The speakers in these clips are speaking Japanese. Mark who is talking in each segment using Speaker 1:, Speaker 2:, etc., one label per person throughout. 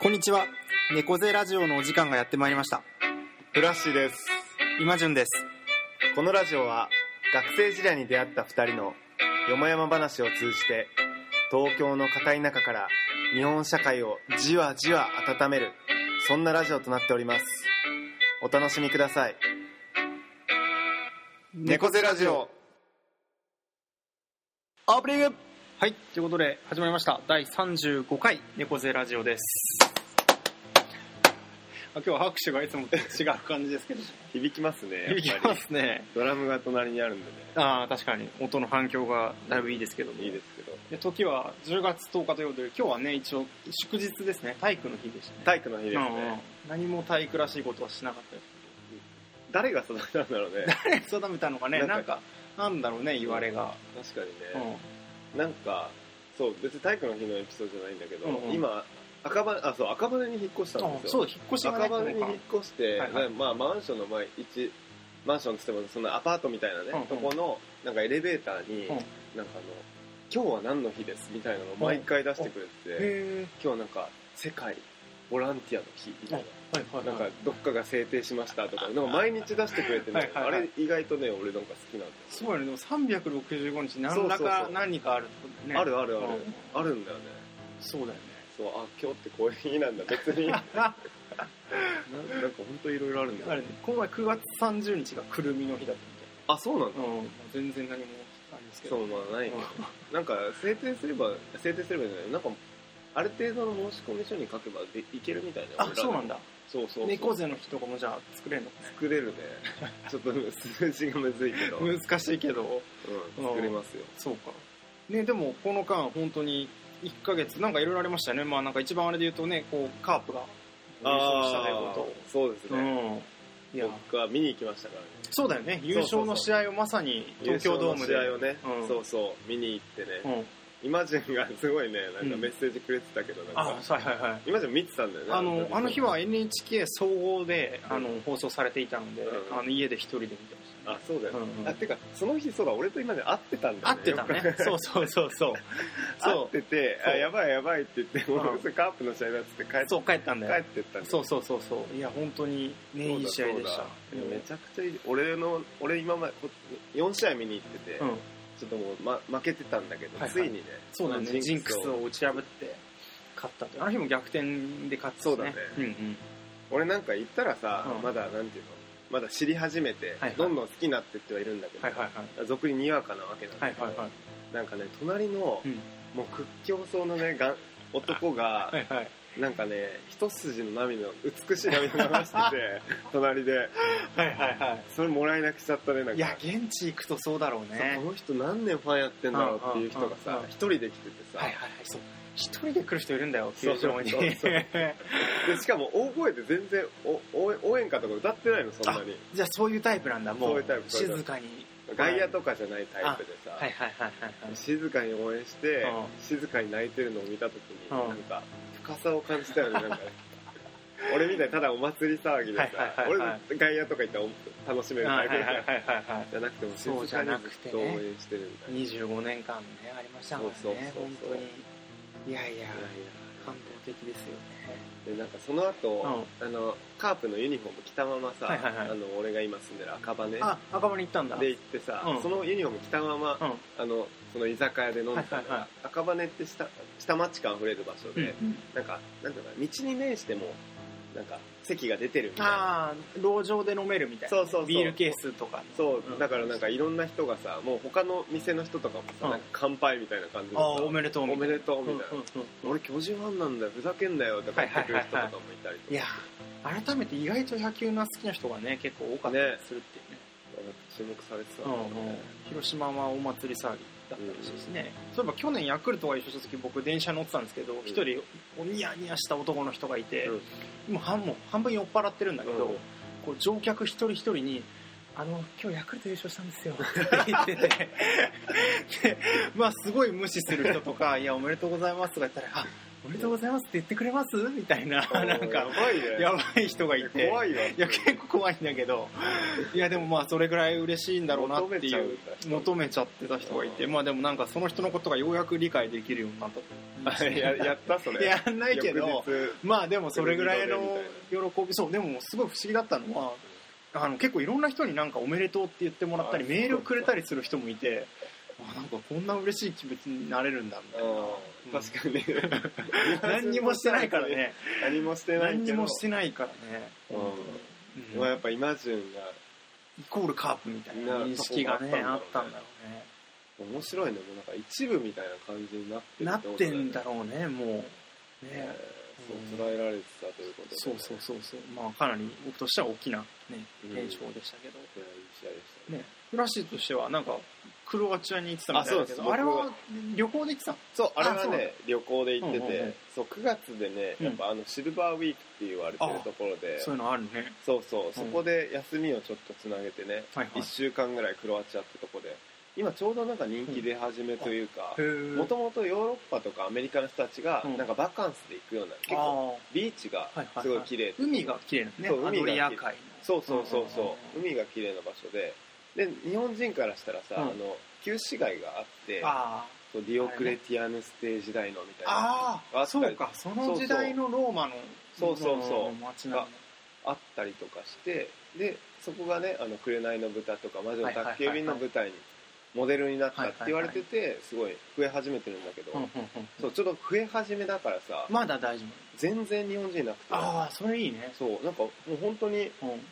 Speaker 1: こんにちは猫背ラジオのお時間がやってまいりました
Speaker 2: フラッシュです
Speaker 1: 今順です
Speaker 2: このラジオは学生時代に出会った2人のよもやま話を通じて東京の硬い中から日本社会をじわじわ温めるそんなラジオとなっておりますお楽しみください猫背ラジオ
Speaker 1: オープニングはいということで始まりました第35回猫背ラジオですあ今日は拍手がいつもと違う感じです けど
Speaker 2: 響きますね
Speaker 1: 響きますね
Speaker 2: ドラムが隣にあるんでね
Speaker 1: ああ確かに音の反響がだいぶいいですけども
Speaker 2: いいですけど
Speaker 1: で時は10月10日ということで今日はね一応祝日ですね体育の日でしたね
Speaker 2: 体育の日です
Speaker 1: うんうん
Speaker 2: ね
Speaker 1: 何も体育らしいことはしなかったです
Speaker 2: 誰が育てたんだろう ね
Speaker 1: 定めたのがね、な
Speaker 2: なんん
Speaker 1: か、なんだろうね、言われが。
Speaker 2: 確かに
Speaker 1: う
Speaker 2: ね、
Speaker 1: ん。
Speaker 2: なんかそう別に体育の日のエピソードじゃないんだけど、
Speaker 1: うんうん
Speaker 2: 今赤羽あそう赤羽に引っ越したんです
Speaker 1: そ
Speaker 2: よ
Speaker 1: う、引っ越しがね、
Speaker 2: 赤羽に引っ越して、
Speaker 1: はいはい
Speaker 2: でまあ、マンションの前一マンションっつってもそのアパートみたいなね、
Speaker 1: うんうん
Speaker 2: とこのなんかエレベーターに、
Speaker 1: うん
Speaker 2: なんかあの今日は何の日ですみたいなのを毎回出してくれてて、
Speaker 1: へ
Speaker 2: 今日なんか世界ボランティアの日みたい
Speaker 1: え。はいは
Speaker 2: な,、なんかどっかが制定しましたとかなんか毎日出してくれて、ね
Speaker 1: はいはいはい
Speaker 2: あれ意外とね俺なんか好きなんです
Speaker 1: す
Speaker 2: よ、
Speaker 1: ごいね、でも365日何ら
Speaker 2: そうそう
Speaker 1: か
Speaker 2: そう
Speaker 1: 何かあるってことね。
Speaker 2: あるあるある、
Speaker 1: うん
Speaker 2: あるんだよね
Speaker 1: そうだよね。
Speaker 2: そうあ今日ってこういう日な んだ別になん
Speaker 1: あ、
Speaker 2: なんか本当いろいろあるんだよ
Speaker 1: あれね、この前9月30日がくるみの日だっ
Speaker 2: あそうなんだ
Speaker 1: たんで。うん。全然何もあれですけ
Speaker 2: そ
Speaker 1: ど。
Speaker 2: うまあない、
Speaker 1: うん
Speaker 2: なんか制定すれば制定すればいいんじゃないなんかある程度の申し込み書に書けばでいけるみたいな
Speaker 1: あ、そうなん
Speaker 2: だ
Speaker 1: だ。
Speaker 2: そうそうそう
Speaker 1: 猫背の日とかもじゃあ作れるのか
Speaker 2: 作れる ねちょっと数字がむずいけど、うん、
Speaker 1: ね。難しいけど。
Speaker 2: 作れますよ
Speaker 1: そうか。ね、でもこの間本当に1ヶ月、なんかいろいろありましたよね。まあなんか一番あれで言うとね、こう、カープが優勝したという
Speaker 2: あ
Speaker 1: こ
Speaker 2: ーそうです
Speaker 1: と。う
Speaker 2: ね、
Speaker 1: ん。いや、
Speaker 2: 僕は見に行きましたからね
Speaker 1: そうだよね。優勝の試合をまさに東京ドームで。
Speaker 2: 優勝の試合をね、
Speaker 1: うん
Speaker 2: そうそう見に行って
Speaker 1: う
Speaker 2: ね、
Speaker 1: ん。
Speaker 2: 今順がすごいねなん
Speaker 1: う
Speaker 2: か
Speaker 1: ん
Speaker 2: メッセージくれてたけどなん
Speaker 1: あ、
Speaker 2: か、
Speaker 1: はいはいはい。
Speaker 2: 今順見てたんだよね
Speaker 1: あの、あの日
Speaker 2: は
Speaker 1: は NHK 総合で、
Speaker 2: うん
Speaker 1: あの、放送されていたので、
Speaker 2: うん
Speaker 1: あの、家で一人で見てまし
Speaker 2: あそうだよ、ね
Speaker 1: うんうん
Speaker 2: あてかその日そうだ俺と今で会ってたんだ
Speaker 1: た。合
Speaker 2: よ
Speaker 1: っ
Speaker 2: ね
Speaker 1: てた ね。そうそうそう そう。
Speaker 2: 会っ
Speaker 1: そう。
Speaker 2: てて
Speaker 1: そう
Speaker 2: あやばいやばいって言って、
Speaker 1: うん
Speaker 2: もうすぐカープの試合だっつって帰って
Speaker 1: そう、帰ったんだよ。
Speaker 2: 帰ってったんだ
Speaker 1: そうそうそうそう。いや、本当にね、
Speaker 2: そうだ
Speaker 1: いい試合でした
Speaker 2: そう。だめちゃくちゃいい俺の俺今までこ4試合見に行ってて、
Speaker 1: うん。
Speaker 2: ちょっともう、ま、負けてたんだけど、
Speaker 1: はいはい
Speaker 2: ついにね
Speaker 1: そうだね、ジンクス
Speaker 2: を
Speaker 1: を打ち破って勝ったというあの日も逆転で勝ったし
Speaker 2: そうだね
Speaker 1: うんうん、
Speaker 2: 俺なんか行ったらさ、
Speaker 1: うん
Speaker 2: まだなんていうのまだ知り始めて、
Speaker 1: はいはい
Speaker 2: どんどん好きになってってはいるんだけど、
Speaker 1: はいはいはい
Speaker 2: 俗ににわかなわけなんだ
Speaker 1: はい
Speaker 2: けど、
Speaker 1: はいはい
Speaker 2: なんかね隣の、
Speaker 1: うん
Speaker 2: もう屈強そうなねがん男が
Speaker 1: はいはい
Speaker 2: なんかね一筋の涙を美しい涙を流し てて隣で
Speaker 1: はいはい は
Speaker 2: それもらい泣きしちゃったねなんか
Speaker 1: いいや現地行くとそうだろう
Speaker 2: そう
Speaker 1: ね
Speaker 2: この人何年ファンやってんだろうっていう人が
Speaker 1: うんうん
Speaker 2: さ
Speaker 1: うん
Speaker 2: 一人で来ててさ、
Speaker 1: はいはいはいそう一人で来る人いるんだよ
Speaker 2: そ
Speaker 1: 球
Speaker 2: うそ
Speaker 1: 場
Speaker 2: う
Speaker 1: に
Speaker 2: そうそうでしかも大声で全然お応援応援歌とか歌ってないのそんなに
Speaker 1: じゃあそういうタイプなんだも
Speaker 2: そういううタイプそういうタイプ
Speaker 1: 静かに
Speaker 2: 外野とかじゃないタイプでさ、
Speaker 1: はいはいはいはいはい
Speaker 2: 静かに応援して、
Speaker 1: うん
Speaker 2: 静かに泣いてるのを見た時に、
Speaker 1: うん
Speaker 2: なんか深さを感じたよね なんかね俺みたいにただお祭り騒ぎでさ、
Speaker 1: はいはいはいはい
Speaker 2: 俺外野とか行ったらお楽しめる
Speaker 1: あは
Speaker 2: タ
Speaker 1: い
Speaker 2: イ
Speaker 1: は
Speaker 2: プ
Speaker 1: い
Speaker 2: で
Speaker 1: はい
Speaker 2: さ
Speaker 1: はいは
Speaker 2: じゃなくても
Speaker 1: そう
Speaker 2: 静
Speaker 1: じゃ
Speaker 2: かに
Speaker 1: なく
Speaker 2: ず
Speaker 1: て
Speaker 2: っ
Speaker 1: ね
Speaker 2: と応援してるみた
Speaker 1: い
Speaker 2: いな、い
Speaker 1: 25年間ねありましたから
Speaker 2: そうそう
Speaker 1: ね
Speaker 2: そう
Speaker 1: 本当にいやいや
Speaker 2: やい
Speaker 1: 感動的ですよね
Speaker 2: やでなんかその後、あのカープのユニフォーム着たままさ、
Speaker 1: はいはいはい
Speaker 2: あの俺が今住んでる赤羽
Speaker 1: あ赤羽に行ったんだ
Speaker 2: で行ってさ、
Speaker 1: うん
Speaker 2: そのユニフォーム着たまま、
Speaker 1: うん
Speaker 2: あのその居酒屋で飲んでたの
Speaker 1: は
Speaker 2: が、
Speaker 1: いはいはい
Speaker 2: 赤羽って下下町感あふれる場所
Speaker 1: う
Speaker 2: で、
Speaker 1: んうん
Speaker 2: なんか、なんだろうな、道に面しても、なんか、席が出てるみたいな。
Speaker 1: ああ路上で飲めるみたいな
Speaker 2: そうそうそう
Speaker 1: ビールケースとか
Speaker 2: そう
Speaker 1: うん、
Speaker 2: だからなんかいろんな人がさ、もう他の店の人とかも
Speaker 1: う
Speaker 2: さ、
Speaker 1: ん
Speaker 2: なんか乾杯みたいな感じで
Speaker 1: あ
Speaker 2: さ、
Speaker 1: あおめでとう
Speaker 2: お
Speaker 1: みた
Speaker 2: め
Speaker 1: いな
Speaker 2: でとうみたいな。
Speaker 1: うんうんうん
Speaker 2: 俺巨人ファンなんだよ、ふざけんなよとか言ってくる人とかもいたりとか。
Speaker 1: いや改めて意外と野球が好きな人がね結構多かったりするっていうね
Speaker 2: なんか注目されてた
Speaker 1: うん
Speaker 2: だ
Speaker 1: んうん
Speaker 2: ね。
Speaker 1: 広島はお祭り騒ぎだったらしいですね、そういえば去年ヤクルトが優勝した時僕電車乗ってたんですけど一、人おニヤニヤした男の人がいて、もう半もう半分酔っ払ってるんだけど、
Speaker 2: うん
Speaker 1: こう乗客一人一人に「あの今日ヤクルト優勝したん ですよ」って言っててでまあすごい無視する人とか「いやおめでとうございます」とか言ったら「あおめでとうございますって言ってくれますみたいな、
Speaker 2: あー
Speaker 1: なん
Speaker 2: や
Speaker 1: か、
Speaker 2: ばいね
Speaker 1: やばい人がいて。
Speaker 2: 怖いわ
Speaker 1: いや、結構怖いんだけど、いや、でもまあ、それぐらい嬉しいんだろうなって
Speaker 2: 求めち
Speaker 1: い
Speaker 2: ゃう
Speaker 1: う、求めちゃってた人がいて、まあでもなんか、その人のことがようやく理解できるようになった
Speaker 2: あややったそれ
Speaker 1: やんないけど
Speaker 2: 翌日
Speaker 1: まあでもそれぐらいの喜びそうでもすごい不思議だったのはあの結構いろんな人になんかおめでとうって言ってもらったり
Speaker 2: あ
Speaker 1: メールをくれたりする人もいてあなんかこんな嬉しい気持ちになれるんだ みたいな
Speaker 2: うん確かにね
Speaker 1: 何にもしてないからね
Speaker 2: 何もしてないけど
Speaker 1: 何にもしてないからね、
Speaker 2: うん
Speaker 1: うん
Speaker 2: まあやっぱイマジュンが
Speaker 1: イコールカープみたいな認識がねあ
Speaker 2: な
Speaker 1: ったんだろうね
Speaker 2: 面白いねもうなんか一部みたいな感じになって
Speaker 1: なってんだ
Speaker 2: う
Speaker 1: ろうねもう
Speaker 2: ね
Speaker 1: ね
Speaker 2: そう捉えられてたということで
Speaker 1: そうそうそうそうまあかなり僕としては大きなね
Speaker 2: う
Speaker 1: 現
Speaker 2: ん
Speaker 1: 象でしたけど、
Speaker 2: いやいい試合でしたね
Speaker 1: ね、フラッシュとしてはなんかクロアチアに行ってたみたいだけど
Speaker 2: あそうです
Speaker 1: あれ
Speaker 2: 僕
Speaker 1: は
Speaker 2: は
Speaker 1: 旅行で行ってたの
Speaker 2: そうあれ
Speaker 1: あ
Speaker 2: は
Speaker 1: そうなん
Speaker 2: ね
Speaker 1: だ
Speaker 2: 旅行で行ってて、
Speaker 1: うんうんうん
Speaker 2: そう9月でねやっぱあのシルバーウィークって言われてるところで、
Speaker 1: そういうのあるね
Speaker 2: そうそうそこで休みをちょっとつなげてね、
Speaker 1: はいはい
Speaker 2: 1週間ぐらいクロアチアってとこで今ちょうどなんか人気出始めというか
Speaker 1: へ
Speaker 2: もともとヨーロッパとかアメリカの人たちが
Speaker 1: うん
Speaker 2: なんかバカンスで行くような、結構
Speaker 1: あ
Speaker 2: ビーチが
Speaker 1: あはいは
Speaker 2: す
Speaker 1: い、
Speaker 2: ごい
Speaker 1: はい、
Speaker 2: 綺麗で、
Speaker 1: 海が綺麗なね
Speaker 2: そう
Speaker 1: ア
Speaker 2: 海
Speaker 1: ド
Speaker 2: が綺麗
Speaker 1: リア海の
Speaker 2: そうそうそう
Speaker 1: うんうん
Speaker 2: そう海が綺麗な場所でで日本人からしたらさ、
Speaker 1: うん
Speaker 2: あの旧市街があって
Speaker 1: あ
Speaker 2: そうディオクレティアヌステー時代のみたいな
Speaker 1: ああ
Speaker 2: あ
Speaker 1: あ
Speaker 2: った
Speaker 1: そ
Speaker 2: り
Speaker 1: うかその時代のローマの
Speaker 2: そうそうそう
Speaker 1: うん街なんだ
Speaker 2: あったりとかしてでそこがね「あの紅の豚」とか「魔女の宅急便」の舞台にモデルになったって言われててすごい増え始めてるんだけど、
Speaker 1: うんうんうん
Speaker 2: そうちょうど増え始めだからさ、
Speaker 1: まだ大丈夫
Speaker 2: 全然日本人いなくて
Speaker 1: ああそれいいね
Speaker 2: そうなんかもう本当に
Speaker 1: うん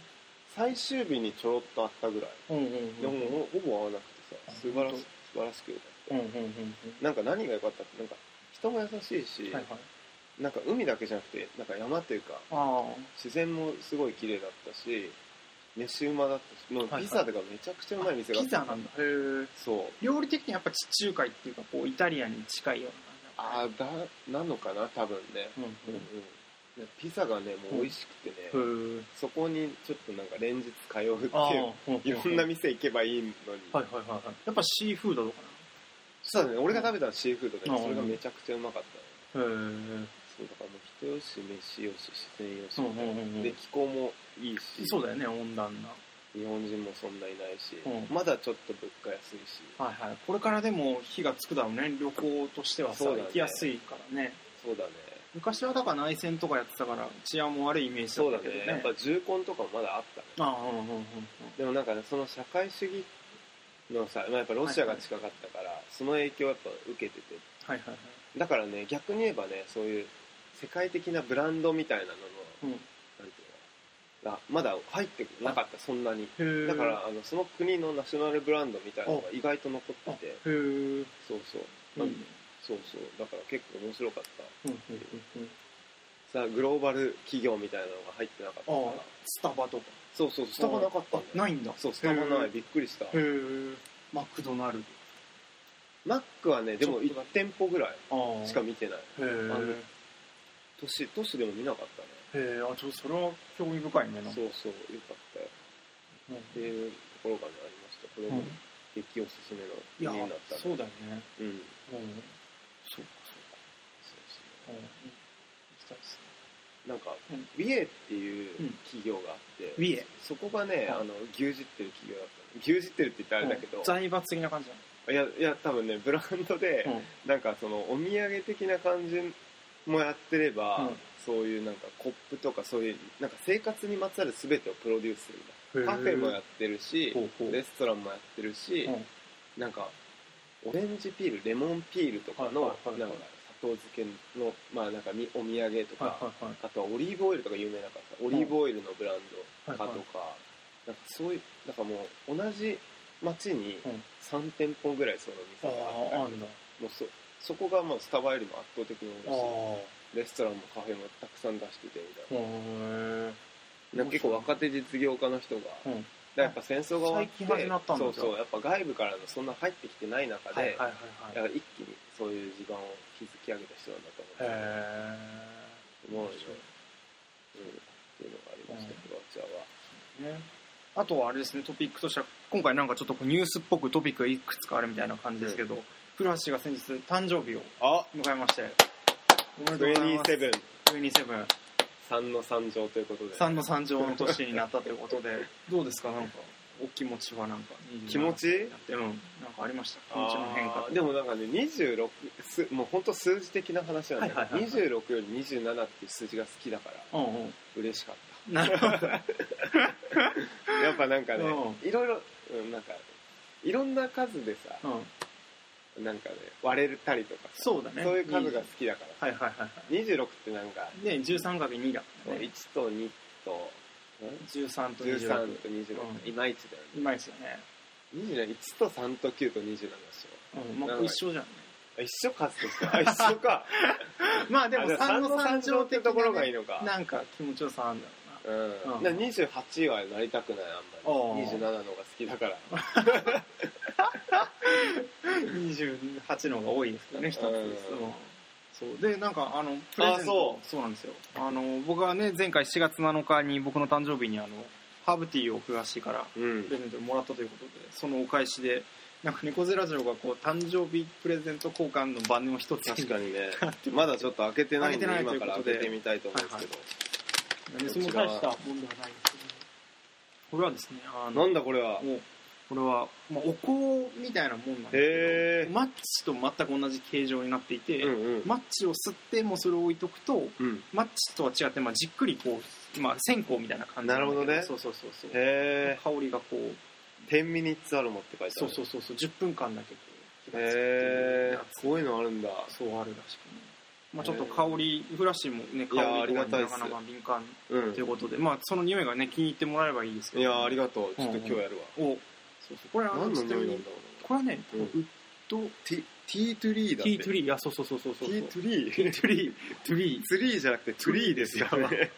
Speaker 2: 最終日にちょろっとあったぐらい、
Speaker 1: うんうん
Speaker 2: で
Speaker 1: うん
Speaker 2: もほぼ合わなくてさ素晴らし素晴らしくよかった、
Speaker 1: うんうんうんうん
Speaker 2: なんか何が良かったってなんか人も優しいし、
Speaker 1: はいはい
Speaker 2: なんか海だけじゃなくてなんか山っていうか
Speaker 1: あ
Speaker 2: 自然もすごい綺麗だったし飯うまだったしも
Speaker 1: はいうはい
Speaker 2: ピザとかめちゃくちゃうまい店
Speaker 1: あ
Speaker 2: があっ
Speaker 1: ピ
Speaker 2: た
Speaker 1: ザなんだへえ
Speaker 2: そう
Speaker 1: 料理的にやっぱ地中海っていうかこうイタリアに近いような
Speaker 2: ああだなのかな多分ね、
Speaker 1: うん
Speaker 2: うんうんでピザがねもう美味しくてね、
Speaker 1: うんへえ
Speaker 2: そこにちょっとなんか連日通うっていう
Speaker 1: ああ
Speaker 2: いろんな店行けばいいのに、
Speaker 1: はいはいはいはいやっぱシーフードとか
Speaker 2: そうだね俺が食べたのはシーフードで、
Speaker 1: うん
Speaker 2: それがめちゃくちゃうまかったね
Speaker 1: なへえ
Speaker 2: そうだからもう人よし飯よし自然よし
Speaker 1: うん
Speaker 2: みたいな、
Speaker 1: うんうんうん
Speaker 2: で気候もいいし
Speaker 1: そうだよね温暖な
Speaker 2: 日本人もそんないないし、
Speaker 1: うん
Speaker 2: まだちょっと物価安いし
Speaker 1: はいはいこれからでも火がつくだろうね旅行としてはさ、
Speaker 2: そうだね
Speaker 1: 行きやすいからね
Speaker 2: そうだね
Speaker 1: 昔はだから内戦とかやってたから治安も悪いイメージだ
Speaker 2: そ
Speaker 1: っ
Speaker 2: うだ
Speaker 1: たけど
Speaker 2: ね
Speaker 1: ね
Speaker 2: やっぱ重婚とかもまだあったね
Speaker 1: ああうんうんうんうん
Speaker 2: でもなんかねその社会主義のさ、まあ、やっぱロシアが近かったから、その影響をやっぱ受けてて
Speaker 1: はいはいはい
Speaker 2: だからね逆に言えばねそういう世界的なブランドみたいなのの
Speaker 1: うん
Speaker 2: なんていうのがまだ入ってなかったそんなに
Speaker 1: へえ
Speaker 2: だからあのその国のナショナルブランドみたいなのが意外と残
Speaker 1: あ
Speaker 2: って
Speaker 1: へ
Speaker 2: て
Speaker 1: えうん
Speaker 2: そうそう
Speaker 1: うんうん
Speaker 2: そうそうだから結構面白かった
Speaker 1: うん
Speaker 2: さグローバル企業みたいなのが入ってなかったか
Speaker 1: うんああ
Speaker 2: ら
Speaker 1: スタバとか
Speaker 2: そうそうスタバなかったんだよ
Speaker 1: あないんだ
Speaker 2: そうスタバな
Speaker 1: へ
Speaker 2: いびっくりした
Speaker 1: えへえマクドナル
Speaker 2: マックはねでも
Speaker 1: ちょっと
Speaker 2: 1
Speaker 1: だ
Speaker 2: 店舗ぐらい
Speaker 1: ドああ
Speaker 2: しか見てない
Speaker 1: へえ
Speaker 2: あの都市都市でも見なかったね
Speaker 1: へえあちょそれは興味深いねなんか
Speaker 2: そうそうよかったよ
Speaker 1: うん
Speaker 2: っていうところがねありましたこれも激おすすめの
Speaker 1: いや
Speaker 2: 国になったね
Speaker 1: そうだよね
Speaker 2: うん
Speaker 1: うんそうかそ
Speaker 2: そう
Speaker 1: うかうん
Speaker 2: そう
Speaker 1: 行きたいっす
Speaker 2: なんか、
Speaker 1: うん
Speaker 2: ウィエっていう企業があって、
Speaker 1: ウィエ
Speaker 2: そこがね、
Speaker 1: はい
Speaker 2: あの牛耳ってる企業だったの牛耳ってるって言ったらあれだけど、
Speaker 1: 財閥的な感じ
Speaker 2: いやいや多分ねブランドで
Speaker 1: だ、ね
Speaker 2: なんかそのお土産的な感じもやってれば、
Speaker 1: うん
Speaker 2: そういうなんかコップとかそういうなんか生活にまつわる全てをプロデュースするみたいな
Speaker 1: うん
Speaker 2: カフェもやってるし
Speaker 1: ほうほう
Speaker 2: レストランもやってるし、
Speaker 1: うん
Speaker 2: なんかオレンジピールレモンピールとかの、
Speaker 1: はいはいはい
Speaker 2: なんか砂糖漬けのまあなんかみお土産とか、
Speaker 1: はいはいはい
Speaker 2: あとはオリーブオイルとか有名だからさオリーブオイルのブランドかとか、
Speaker 1: はいはい
Speaker 2: なんかそういうなんかもう同じ町に
Speaker 1: うん
Speaker 2: 3店舗ぐらいその店があっ
Speaker 1: あ
Speaker 2: て、
Speaker 1: あ
Speaker 2: も
Speaker 1: あるんだ
Speaker 2: うそそこがまあスタバよりも圧倒的に
Speaker 1: あ
Speaker 2: 多いしレストランもカフェもたくさん出しててみ
Speaker 1: あ
Speaker 2: たい
Speaker 1: へえ
Speaker 2: ななんか結構若手実業家の人が
Speaker 1: うん
Speaker 2: だからやっぱ戦争が終わって
Speaker 1: 最近始まったんだ
Speaker 2: そうそうやっぱ外部からのそんな入ってきてない中で、
Speaker 1: はいはいはい
Speaker 2: だ
Speaker 1: はいへ
Speaker 2: から一気にそういう地盤を築き上げた人なんだと思う
Speaker 1: え
Speaker 2: 思うよ、うん、っていうのがありましたクロアチアは
Speaker 1: ねあとはあれですねトピックとしては今回なんかちょっとこうニュースっぽくトピックがいくつかあるみたいな感じですけど、古橋が先日誕生日を
Speaker 2: あ
Speaker 1: 迎えましておめでとうございます
Speaker 2: 27
Speaker 1: 27
Speaker 2: 3の3乗ということで
Speaker 1: 三の三乗の年になったということでどうですかなんかお気持ちはなんか
Speaker 2: 気持ち
Speaker 1: やってうんなんかありました気持ちの変化
Speaker 2: あーでもなんかね26すもう本当数字的な話なんだけど、
Speaker 1: はいはいはいはい
Speaker 2: 26より27っていう数字が好きだから
Speaker 1: うんうん
Speaker 2: 嬉しかっ
Speaker 1: なるほど
Speaker 2: たやっぱなんかね
Speaker 1: う
Speaker 2: いろいろ、うん、なんかいろんな数でさ
Speaker 1: うん
Speaker 2: なんかね割れたりとかさ
Speaker 1: そうだね
Speaker 2: そういう数が好きだから
Speaker 1: はいはいはいは
Speaker 2: 26ってなんか
Speaker 1: いで 13×2 だからね
Speaker 2: 1と2と
Speaker 1: 13と
Speaker 2: 13
Speaker 1: 26
Speaker 2: と26、
Speaker 1: うん
Speaker 2: いまいちだよ
Speaker 1: い
Speaker 2: ね
Speaker 1: まいちだね、
Speaker 2: 27 1と3と9と27でしょ
Speaker 1: うんま
Speaker 2: な
Speaker 1: あ、
Speaker 2: んか
Speaker 1: 一緒じゃんね
Speaker 2: あ一緒数とし てはあ一緒か
Speaker 1: まあでも
Speaker 2: あじゃあ
Speaker 1: 3の3乗
Speaker 2: って
Speaker 1: 的
Speaker 2: ところがいい
Speaker 1: る
Speaker 2: のか
Speaker 1: なんか気持ちよさあんだろうな
Speaker 2: うん
Speaker 1: うん
Speaker 2: な28はなりたくないあんまり
Speaker 1: あー
Speaker 2: 27の方が好きだから
Speaker 1: 28の方が多いですけどね、一つです
Speaker 2: うん
Speaker 1: そうでなんかあのプレゼント
Speaker 2: あ
Speaker 1: そうなんですよあの僕はね前回7月7日に僕の誕生日にあのハーブティーを詳しいから
Speaker 2: う
Speaker 1: プレゼントをもらったということでそのお返しでなんか猫背ラジオがこう誕生日プレゼント交換の場面を一つ
Speaker 2: 確かに ね
Speaker 1: 買って
Speaker 2: まだちょっと開けてないんで
Speaker 1: 開けてないという
Speaker 2: 今か
Speaker 1: こ
Speaker 2: ら
Speaker 1: とで
Speaker 2: 開けてみたいと思うんですけど、
Speaker 1: 何そも大したもんではないですけどこれはですねあの
Speaker 2: なんだこれは
Speaker 1: もうこれは、まあ、お香みたいなもんなんで
Speaker 2: へ
Speaker 1: すけどマッチと全く同じ形状になっていて、
Speaker 2: えうんうん
Speaker 1: マッチを吸ってもうそれを置いとくと
Speaker 2: うん
Speaker 1: マッチとは違って、まあ、じっくりこう、まあ、線香みたいな感じんだけ
Speaker 2: なるほどね
Speaker 1: そうそうそうそう
Speaker 2: へえ
Speaker 1: 香りがこう
Speaker 2: 「10ミニッツアロマ」って書いてあ
Speaker 1: そ
Speaker 2: る
Speaker 1: うそうそうそう10分間だけこう火がつくっていう
Speaker 2: へ
Speaker 1: や
Speaker 2: え
Speaker 1: つ
Speaker 2: すごいのあるんだ
Speaker 1: そうあるらしくね、まあ、ちょっと香りフラッシーもね
Speaker 2: いやー
Speaker 1: 香
Speaker 2: あ
Speaker 1: り
Speaker 2: り
Speaker 1: とか
Speaker 2: がたい
Speaker 1: にな
Speaker 2: っす
Speaker 1: かなか敏感
Speaker 2: うん
Speaker 1: ということで、まあ、その匂いがね気に入ってもらえればいいですけ
Speaker 2: い
Speaker 1: ど
Speaker 2: やーありがとうちょっと今日やるわ、
Speaker 1: おそうそうこれあの
Speaker 2: 何の
Speaker 1: ちな
Speaker 2: 匂
Speaker 1: み
Speaker 2: いなん
Speaker 1: に
Speaker 2: だろ
Speaker 1: これはね、
Speaker 2: うん
Speaker 1: ウッド
Speaker 2: うティティートゥリーだ
Speaker 1: テ
Speaker 2: って
Speaker 1: ィートゥリーあそうそうそうそうそう
Speaker 2: ティートゥリー
Speaker 1: ティートゥリートゥリー
Speaker 2: ツリーじゃなくてトゥリーですよ ね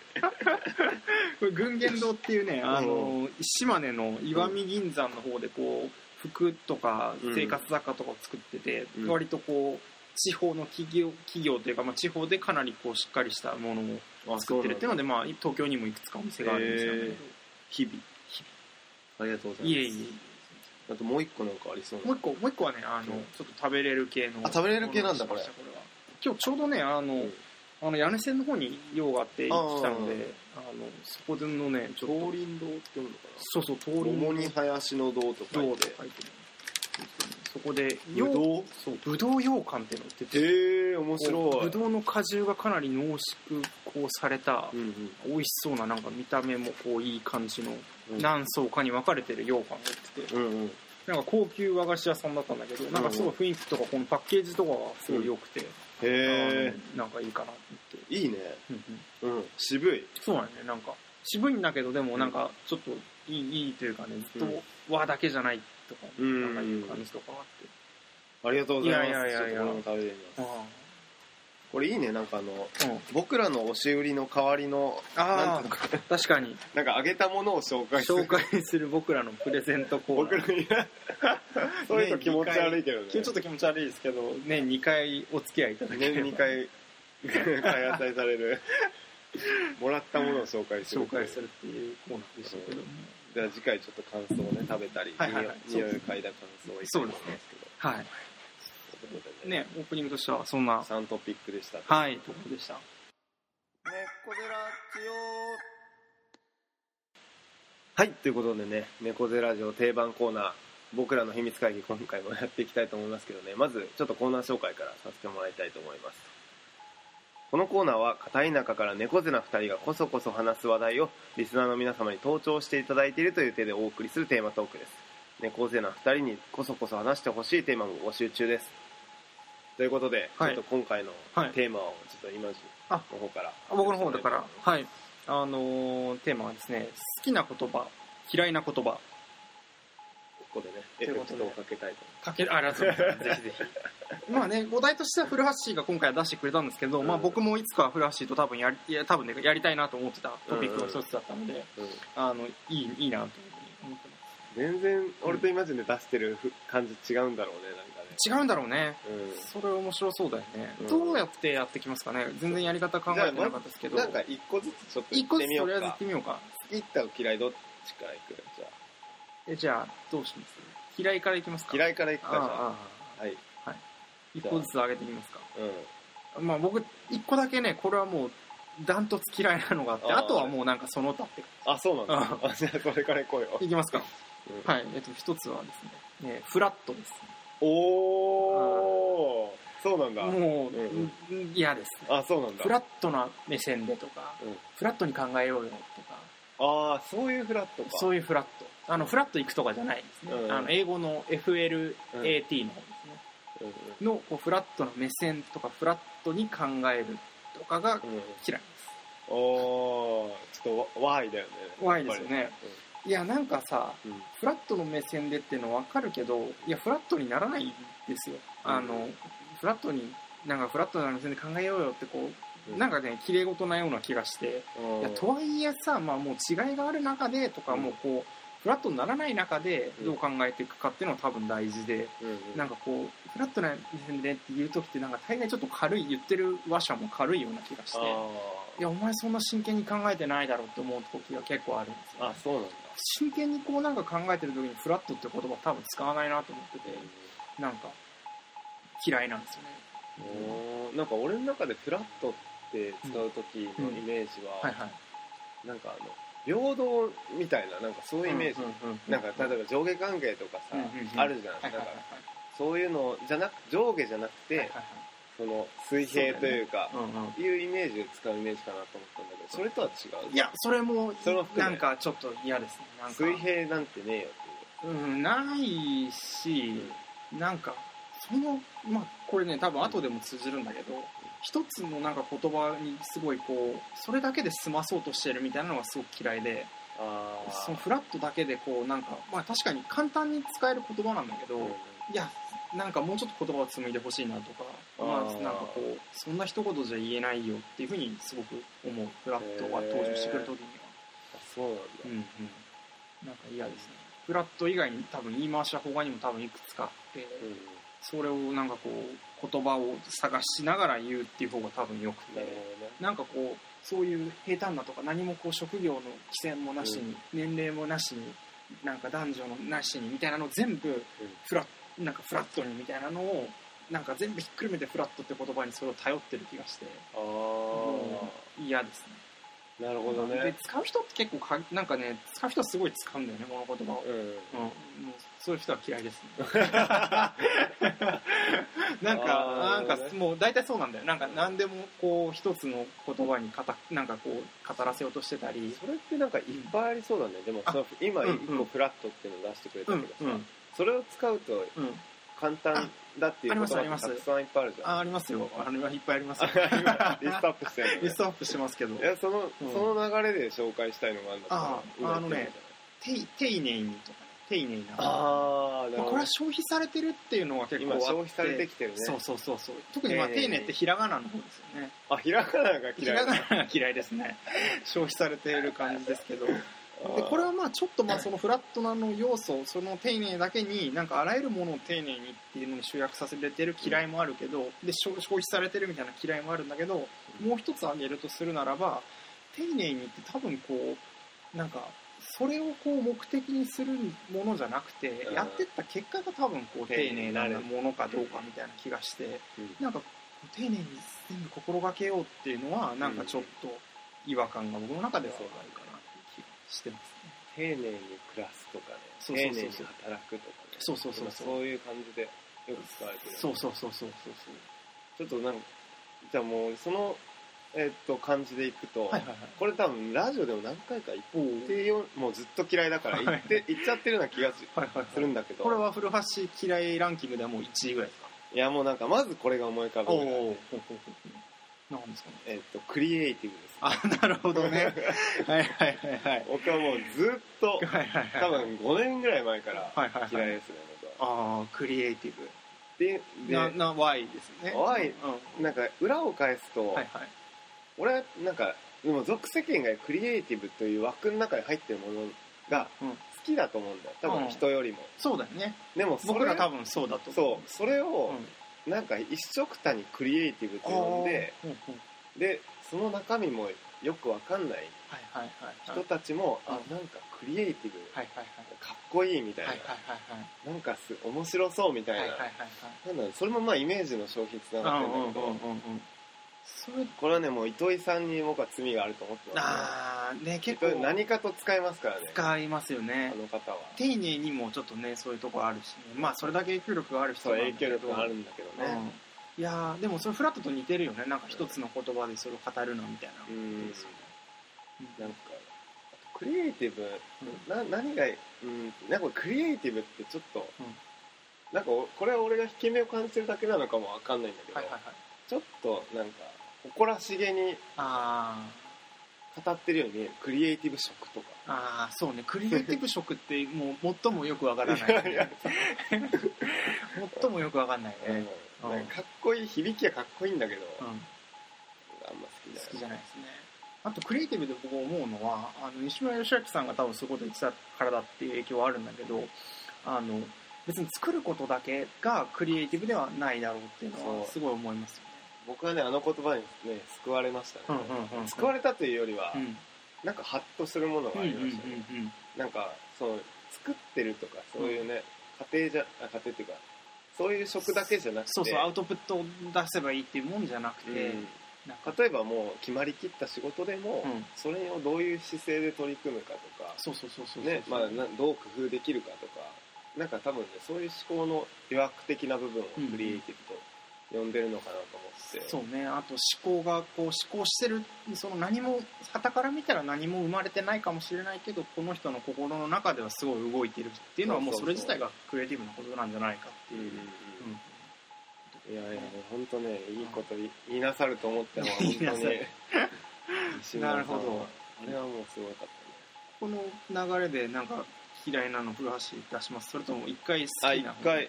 Speaker 1: これ群言堂っていうね、あの島根の石見銀山の方でこう服とか
Speaker 2: うん
Speaker 1: 生活雑貨とかを作ってて、
Speaker 2: うん
Speaker 1: 割とこう地方の企業企業というか、まあ、地方でかなりこうしっかりしたものを作ってるっていうので、まあ、東京にもいくつかお店があるんですよね
Speaker 2: へー日々ありがとうございま
Speaker 1: い
Speaker 2: す
Speaker 1: えい
Speaker 2: あともう一個なんかありそう
Speaker 1: えも
Speaker 2: な
Speaker 1: う一個もう一個はねあのちょっと食べれる系の
Speaker 2: あ食べれる系なんだ
Speaker 1: ものを
Speaker 2: これ
Speaker 1: しましたは今日ちょうどねあの、
Speaker 2: うん
Speaker 1: あの屋根線の方に用があって行ってきたの
Speaker 2: あー
Speaker 1: であのそこでのねちょっと
Speaker 2: 東林堂って読むのか
Speaker 1: そうそう通
Speaker 2: な
Speaker 1: り
Speaker 2: 桃に林の堂と
Speaker 1: ど
Speaker 2: 書いう
Speaker 1: で
Speaker 2: て
Speaker 1: 書いてるそこで
Speaker 2: ぶ
Speaker 1: う
Speaker 2: どう
Speaker 1: そうぶどう羊羹っていうのを売ってて
Speaker 2: へえ面白い
Speaker 1: ぶどうの果汁がかなり濃縮こうされた、
Speaker 2: うんうん
Speaker 1: 美味しそうななんか見た目もこういい感じの
Speaker 2: うん
Speaker 1: 何層かに分かれてる羊羹を売ってて
Speaker 2: うんうん
Speaker 1: なんか高級和菓子屋さんだったんだけどなんかすごい雰囲気とかこのパッケージとかがすごい良くて、
Speaker 2: へえ
Speaker 1: あのなんかいいかなって思って、
Speaker 2: いいねうん渋い
Speaker 1: そうなんだねなんか渋いんだけどでもなんかちょっといい,、いいというかねずっと和だけじゃないとか、
Speaker 2: うん
Speaker 1: なんかいう感じとかがあって。
Speaker 2: ありがとうございます
Speaker 1: いやいやいやいや
Speaker 2: ちょっとこれも食べてみます
Speaker 1: あ
Speaker 2: これいいねなんかあの
Speaker 1: あ、うん、
Speaker 2: 僕らの押し売りの代わりのなん
Speaker 1: あ
Speaker 2: とか
Speaker 1: あ確か に
Speaker 2: なんかあげたものを紹介する
Speaker 1: 紹介する僕らのプレゼントコー
Speaker 2: 僕
Speaker 1: ナ
Speaker 2: ら
Speaker 1: ー
Speaker 2: に そういうの気持ち悪いけどね
Speaker 1: ちょっと気持ち悪いですけど年2回お付き合いいただければ
Speaker 2: 年2回開催される もらったものを紹介する
Speaker 1: 紹介するっていうコーナーでしたけども
Speaker 2: じゃあ次回ちょっと感想をね食べたり、
Speaker 1: はいはいはい
Speaker 2: 匂い匂いを嗅いだ感想をい
Speaker 1: そうですすねは
Speaker 2: けどということ
Speaker 1: い
Speaker 2: でね
Speaker 1: ねオープニングとしてはそんな
Speaker 2: 3トピックでした
Speaker 1: はいところでした
Speaker 2: 猫背ラジオはいということでね猫背ラジオ定番コーナー僕らの秘密会議今回もやっていきたいと思いますけどねまずちょっとコーナー紹介からさせてもらいたいと思いますこのコーナーは片田舎から猫背な2人がこそこそ話す話題をリスナーの皆様に登聴していただいているという手でお送りするテーマトークです猫背な2人にこそこそ話してほしいテーマも募集中ですということで、
Speaker 1: はい
Speaker 2: ちょっと今回の
Speaker 1: はい
Speaker 2: テーマをちょっと今
Speaker 1: あ
Speaker 2: の方から
Speaker 1: 僕の方だからはいあのーテーマはですね好きな言葉嫌いな言葉
Speaker 2: ここでね、
Speaker 1: と
Speaker 2: エ
Speaker 1: い
Speaker 2: フ
Speaker 1: う
Speaker 2: ェ
Speaker 1: こ
Speaker 2: ク
Speaker 1: とで
Speaker 2: トをかけたいと
Speaker 1: かけるありが とうございますぜひぜひまあねお題としては古橋が今回は出してくれたんですけど、まあ、
Speaker 2: うん
Speaker 1: 僕もいつか古橋と多分やりいや多分ねやりたいなと思ってたトピックの一つだったので、
Speaker 2: 思う。
Speaker 1: あのいいいいなというふうに思ってま
Speaker 2: 全然、俺とイマジンで出してるふ感じ違うんだろうね、な
Speaker 1: す違うんだろうね
Speaker 2: んかね。
Speaker 1: それは面白そうだよね、
Speaker 2: うん
Speaker 1: どうやってやってきますかね全然やり方考えてなかったですけ
Speaker 2: うん。
Speaker 1: ど
Speaker 2: なんか一個ずつちょっと
Speaker 1: 一
Speaker 2: 行
Speaker 1: 個
Speaker 2: っ
Speaker 1: ず
Speaker 2: てみ
Speaker 1: つと
Speaker 2: よう
Speaker 1: りあえず行
Speaker 2: か
Speaker 1: っ。てみようか
Speaker 2: 好きと嫌いどっちから行くじゃ
Speaker 1: えじゃあどうします嫌いからいきます
Speaker 2: あ。
Speaker 1: か
Speaker 2: 嫌
Speaker 1: い
Speaker 2: いから行く
Speaker 1: あ
Speaker 2: かじゃあ。
Speaker 1: あああ
Speaker 2: はい。
Speaker 1: 一個ずつ上げていきますか
Speaker 2: うん。
Speaker 1: まあ僕一個だけねこれはもうダントツ嫌いなのがあって
Speaker 2: あー
Speaker 1: あとはもうなんかその他って
Speaker 2: あそうなんだあじゃあこれから行こうよ
Speaker 1: いきますか、
Speaker 2: うん
Speaker 1: はいえっと一つはですねねフラットです
Speaker 2: おーそうなんだ
Speaker 1: も
Speaker 2: うん
Speaker 1: ううん嫌ですね
Speaker 2: あそうなんだ
Speaker 1: フラットな目線でとか、
Speaker 2: うん
Speaker 1: フラットに考えようよとか
Speaker 2: ああそういうフラットか
Speaker 1: そういうフラットあのフラット行くとかじゃないですね、
Speaker 2: うん
Speaker 1: あの英語の FLAT の方ですね、
Speaker 2: うんうん
Speaker 1: のこうフラットな目線とかフラットに考えるとかが
Speaker 2: うん
Speaker 1: 嫌いで
Speaker 2: おーちょっとワワイだよね
Speaker 1: す怖いですよねいやなんかさ
Speaker 2: やっぱりうん
Speaker 1: フラットの目線でっていうの分かるけどいやフラットにならないですよあの、
Speaker 2: うん
Speaker 1: フラットになんかフラットな目線で考えようよってこう、
Speaker 2: うん
Speaker 1: なんかね綺麗事なような気がして、
Speaker 2: うん
Speaker 1: いやとはいえさ、まあ、もう違いがある中でとか、
Speaker 2: うん
Speaker 1: もうこうフラットにならない中で
Speaker 2: うん
Speaker 1: どう考えていくかっていうのは多分大事で、
Speaker 2: うんうん
Speaker 1: なんかこうフラットな目線でって言う時ってなんか大概ちょっと軽い言ってる話者も軽いような気がしてい
Speaker 2: あ
Speaker 1: やお前そんな真剣に考えてないだろうって思う時が結構あるんですよ
Speaker 2: ーあそうなんだ
Speaker 1: 真剣にこうなんか考えてる時にフラットって言葉多分使わないなと思っててなんか嫌いなんですよね
Speaker 2: おーなんか俺の中でフラットって使う時のイメージは、
Speaker 1: はいはい
Speaker 2: なんかあの平等みたいななんかそういうイメージ、なんか例えば上下関係とかさ、
Speaker 1: うんうんうん
Speaker 2: あるじゃん,、
Speaker 1: はいはい
Speaker 2: な
Speaker 1: は
Speaker 2: ん
Speaker 1: い
Speaker 2: かそういうのじゃなく上下じゃなくて、
Speaker 1: はいはいはい
Speaker 2: その水平というか
Speaker 1: うんうん
Speaker 2: いうイメージを使うイメージかなと思ったんだけどそれとは違う
Speaker 1: いや、それも
Speaker 2: それも、含
Speaker 1: な
Speaker 2: め
Speaker 1: んかちょっと嫌ですね。なんか
Speaker 2: 水平なんてねえよ
Speaker 1: うん、ないし、なんか、その、まあ、これね、多分後でも通じるんだけど、一つのなんか言葉にすごいこう、それだけで済まそうとしてるみたいなのがすごく嫌いで、
Speaker 2: ああ
Speaker 1: そのフラットだけでこう、なんか、まあ確かに簡単に使える言葉なんだけど、
Speaker 2: うん
Speaker 1: いや、なんかもうちょっと言葉を紡いでほしいなとか、
Speaker 2: あー
Speaker 1: まあなんかこう、そんな一言じゃ言えないよっていうふうにすごく思う、フラットが登場してくるときには。
Speaker 2: あそうなんだ、
Speaker 1: うんうん、なんか嫌ですねフラット以外に多分言い回しは他にも多分いくつかあって
Speaker 2: うん
Speaker 1: それをなんかこう言葉を探しながら言うっていう方が多分よく
Speaker 2: なる
Speaker 1: てなんかこうそういう平坦なとか何もこう職業の規制もなしに、年齢もなしになんか男女のなしにみたいなのを全部フラッなんかフラットにみたいなのをなんか全部ひっくるめてフラットって言葉にそれを頼ってる気がして
Speaker 2: ほどね、あ
Speaker 1: 嫌ですね
Speaker 2: あなるほど
Speaker 1: で
Speaker 2: ね
Speaker 1: 使う人って結構かなんかね使う人はすごい使うんだよねこの言葉を、
Speaker 2: うん
Speaker 1: うん、もうそういう人は嫌い です、ね、なんか
Speaker 2: あ
Speaker 1: な
Speaker 2: ー
Speaker 1: んかもう大体そうなんだよなんか何でもこう一つの言葉にかたなんかこう語らせようとしてたり
Speaker 2: それってなんかいっぱいありそうだね、でも
Speaker 1: あ
Speaker 2: その今
Speaker 1: うん
Speaker 2: 一個フラットっていうのを出してくれた
Speaker 1: う
Speaker 2: け
Speaker 1: ん
Speaker 2: どさ、
Speaker 1: うん
Speaker 2: それを使うと
Speaker 1: うん
Speaker 2: 簡単だっていう
Speaker 1: ああり
Speaker 2: こ
Speaker 1: ま
Speaker 2: と
Speaker 1: す
Speaker 2: が
Speaker 1: あります
Speaker 2: たくさんいっぱいあるじゃん
Speaker 1: あありますよあれはいっぱいありますよ
Speaker 2: 今リストアップしてるのね
Speaker 1: リストアップしてますけど
Speaker 2: いやその、
Speaker 1: うん
Speaker 2: その流れで紹介したいのがあるんだったら
Speaker 1: あー
Speaker 2: 今
Speaker 1: あのね
Speaker 2: 言ってみたら
Speaker 1: 丁丁寧にとか丁寧な
Speaker 2: ああな
Speaker 1: ま
Speaker 2: る
Speaker 1: あ
Speaker 2: ほ
Speaker 1: こ
Speaker 2: ど
Speaker 1: れは消費されてるっていうのは結構あ
Speaker 2: 今
Speaker 1: って
Speaker 2: 消費されてきてるね
Speaker 1: そうそうそうそう特にまあ
Speaker 2: えー
Speaker 1: 丁寧ってひらがなの方ですよね
Speaker 2: あひらがなが
Speaker 1: ひ
Speaker 2: 嫌い
Speaker 1: らがなが嫌いですね消費されている感じですけどでこれはまあちょっとまあそのフラットなの要素その丁寧だけになんかあらゆるものを丁寧にっていうのに集約させてる嫌いもあるけどで消消費されてるみたいな嫌いもあるんだけどもう一つ挙げるとするならば丁寧にって多分こうなんかそれをこう目的にするものじゃなくて
Speaker 2: うん
Speaker 1: やってった結果が多分こう丁寧なものかどうかみたいな気がして。
Speaker 2: うん
Speaker 1: なんか丁寧に全部心がけようっていうのはなんかちょっと違和感が僕の中ではあるかなっていう気してますね。
Speaker 2: 丁寧に暮らすとかね
Speaker 1: そうそうそう
Speaker 2: 丁寧に
Speaker 1: そう
Speaker 2: 働くとかね
Speaker 1: そうそうそうそう
Speaker 2: そういう感じでよく使われてる
Speaker 1: そうそうそうそうそう
Speaker 2: ちょっとなんかじゃあもうそのえっと感じでいくと、
Speaker 1: そう。はいはいはい。
Speaker 2: これ多分ラジオでも何回か言っ
Speaker 1: おお。
Speaker 2: てよもうずっと嫌いだから言って言っちゃってるような気がす
Speaker 1: はいはい
Speaker 2: す
Speaker 1: は
Speaker 2: る
Speaker 1: い。
Speaker 2: んだけど
Speaker 1: これは古橋嫌いランキングではもう1位ぐらいですか。
Speaker 2: いやもうなんかまずこれが思い浮かぶぐらい
Speaker 1: お。なんですかね。
Speaker 2: えっとクリエイティブです
Speaker 1: あなるほど ね。はいはいはいはい。
Speaker 2: 僕はもうずっと
Speaker 1: はいはいはい。
Speaker 2: 多分5年ぐらい前から
Speaker 1: はいはいはい
Speaker 2: 嫌いですね僕は
Speaker 1: ああクリエイティブ。
Speaker 2: でで
Speaker 1: なな Y ですね。
Speaker 2: Y
Speaker 1: うん。は
Speaker 2: なんか裏を返すと、
Speaker 1: いはい。
Speaker 2: 俺はなんかでも俗世間がクリエイティブという枠の中に入ってるものが
Speaker 1: う
Speaker 2: 好
Speaker 1: ん
Speaker 2: きだと思うんだよ多分人よりも、
Speaker 1: そうだよね。
Speaker 2: でもそれ
Speaker 1: 僕ら多分そうだと
Speaker 2: そ
Speaker 1: 思う。
Speaker 2: うそれを
Speaker 1: ん。
Speaker 2: なんか一色たにクリエイティブと呼んで
Speaker 1: あー、うんうん
Speaker 2: でその中身もよくわかんない
Speaker 1: はいはいはいはい
Speaker 2: 人たちも、
Speaker 1: うん
Speaker 2: あなんかクリエイティブ、
Speaker 1: はいはい
Speaker 2: かっこいいみたいな、
Speaker 1: はいはいは
Speaker 2: なんかす面白そうみたい
Speaker 1: いはいはいはいは
Speaker 2: な、
Speaker 1: いはいはい
Speaker 2: なんだろうそれもまあイメージの消費につながってるんだけど、
Speaker 1: うんうんうんうんそれ
Speaker 2: これはねもう糸井さんに僕は罪があると思ってま
Speaker 1: あーね
Speaker 2: す、ね、
Speaker 1: 結
Speaker 2: 糸井
Speaker 1: 構
Speaker 2: 何かと使えますからね
Speaker 1: 使いますよ
Speaker 2: あ
Speaker 1: ね
Speaker 2: の方は
Speaker 1: 丁寧にもちょっとねそういうとこあるし、ね、まあそれだけ影響力がある人
Speaker 2: そう
Speaker 1: なんだ
Speaker 2: 影
Speaker 1: け
Speaker 2: 響
Speaker 1: ど
Speaker 2: 力があるんだけどね
Speaker 1: うんいやーでもそのフラットと似てるよねなんか一つの言葉でそれを語るのみたいな、
Speaker 2: うん、
Speaker 1: う
Speaker 2: なんんかクリエイティブな何がうんなんかクリエイティブってちょっと、
Speaker 1: うん
Speaker 2: なんかおこれは俺が引け目を感じてるだけなのかもわかんないんだけど、
Speaker 1: はいはいはい
Speaker 2: ちょっとなんか誇らしげに
Speaker 1: あー
Speaker 2: 語ってるように見えるクリエイティブ色とか
Speaker 1: あーそうねクリエイティブ色ってもう最もよくわからない,、
Speaker 2: いやい
Speaker 1: 最もよくわかんないね、
Speaker 2: うんなんかかっこいい響きはかっこいいんだけど、
Speaker 1: うん
Speaker 2: あんま好きじゃない
Speaker 1: 好きじゃないですねあとクリエイティブで僕思うのはあの西村義明さんが多分そういうこと言ってたからだっていう影響はあるんだけどあの別に作ることだけがクリエイティブではないだろうっていうのは
Speaker 2: そう
Speaker 1: すごい思います
Speaker 2: 僕はねあの言葉にね救われました
Speaker 1: よ
Speaker 2: ね
Speaker 1: ね、うんうん
Speaker 2: 救われたというよりは、
Speaker 1: うん
Speaker 2: なんかハッとするもの
Speaker 1: うん
Speaker 2: があ
Speaker 1: うん
Speaker 2: りましたね、
Speaker 1: うん
Speaker 2: なんかその作ってるとかそういうね、家庭じゃあ家庭っていうかそういう職だけじゃなくて
Speaker 1: そうそうアウトプットを出せばいいっていうもんじゃなく
Speaker 2: うん
Speaker 1: て、なんか
Speaker 2: 例えばもう決まりきった仕事でも、
Speaker 1: うん
Speaker 2: それをどういう姿勢で取り組むかとか
Speaker 1: そうそうそうそうそう
Speaker 2: ねまあ、などう工夫できるかとかなんか多分ねそういう思考の予約的な部分をクリエイティブと呼んでるのかなと思って、
Speaker 1: そうねあと思考がこう思考してるその何も傍から見たら何も生まれてないかもしれないけどこの人の心の中ではすごい動いてるっていうのはもう
Speaker 2: そう
Speaker 1: そ
Speaker 2: そ
Speaker 1: れ
Speaker 2: うそ
Speaker 1: 自体
Speaker 2: う
Speaker 1: がクリエイティブなことなんじゃないかっていう、うん
Speaker 2: いやいや本当ねいいこと言い言いなさると思ったのは本 当
Speaker 1: 言いな
Speaker 2: に
Speaker 1: さる
Speaker 2: 西村さんは
Speaker 1: なるほ ど
Speaker 2: あれはもうすごかったね
Speaker 1: この流れでなんか嫌いなの古橋出しますそれとも一回好きな方
Speaker 2: あ一回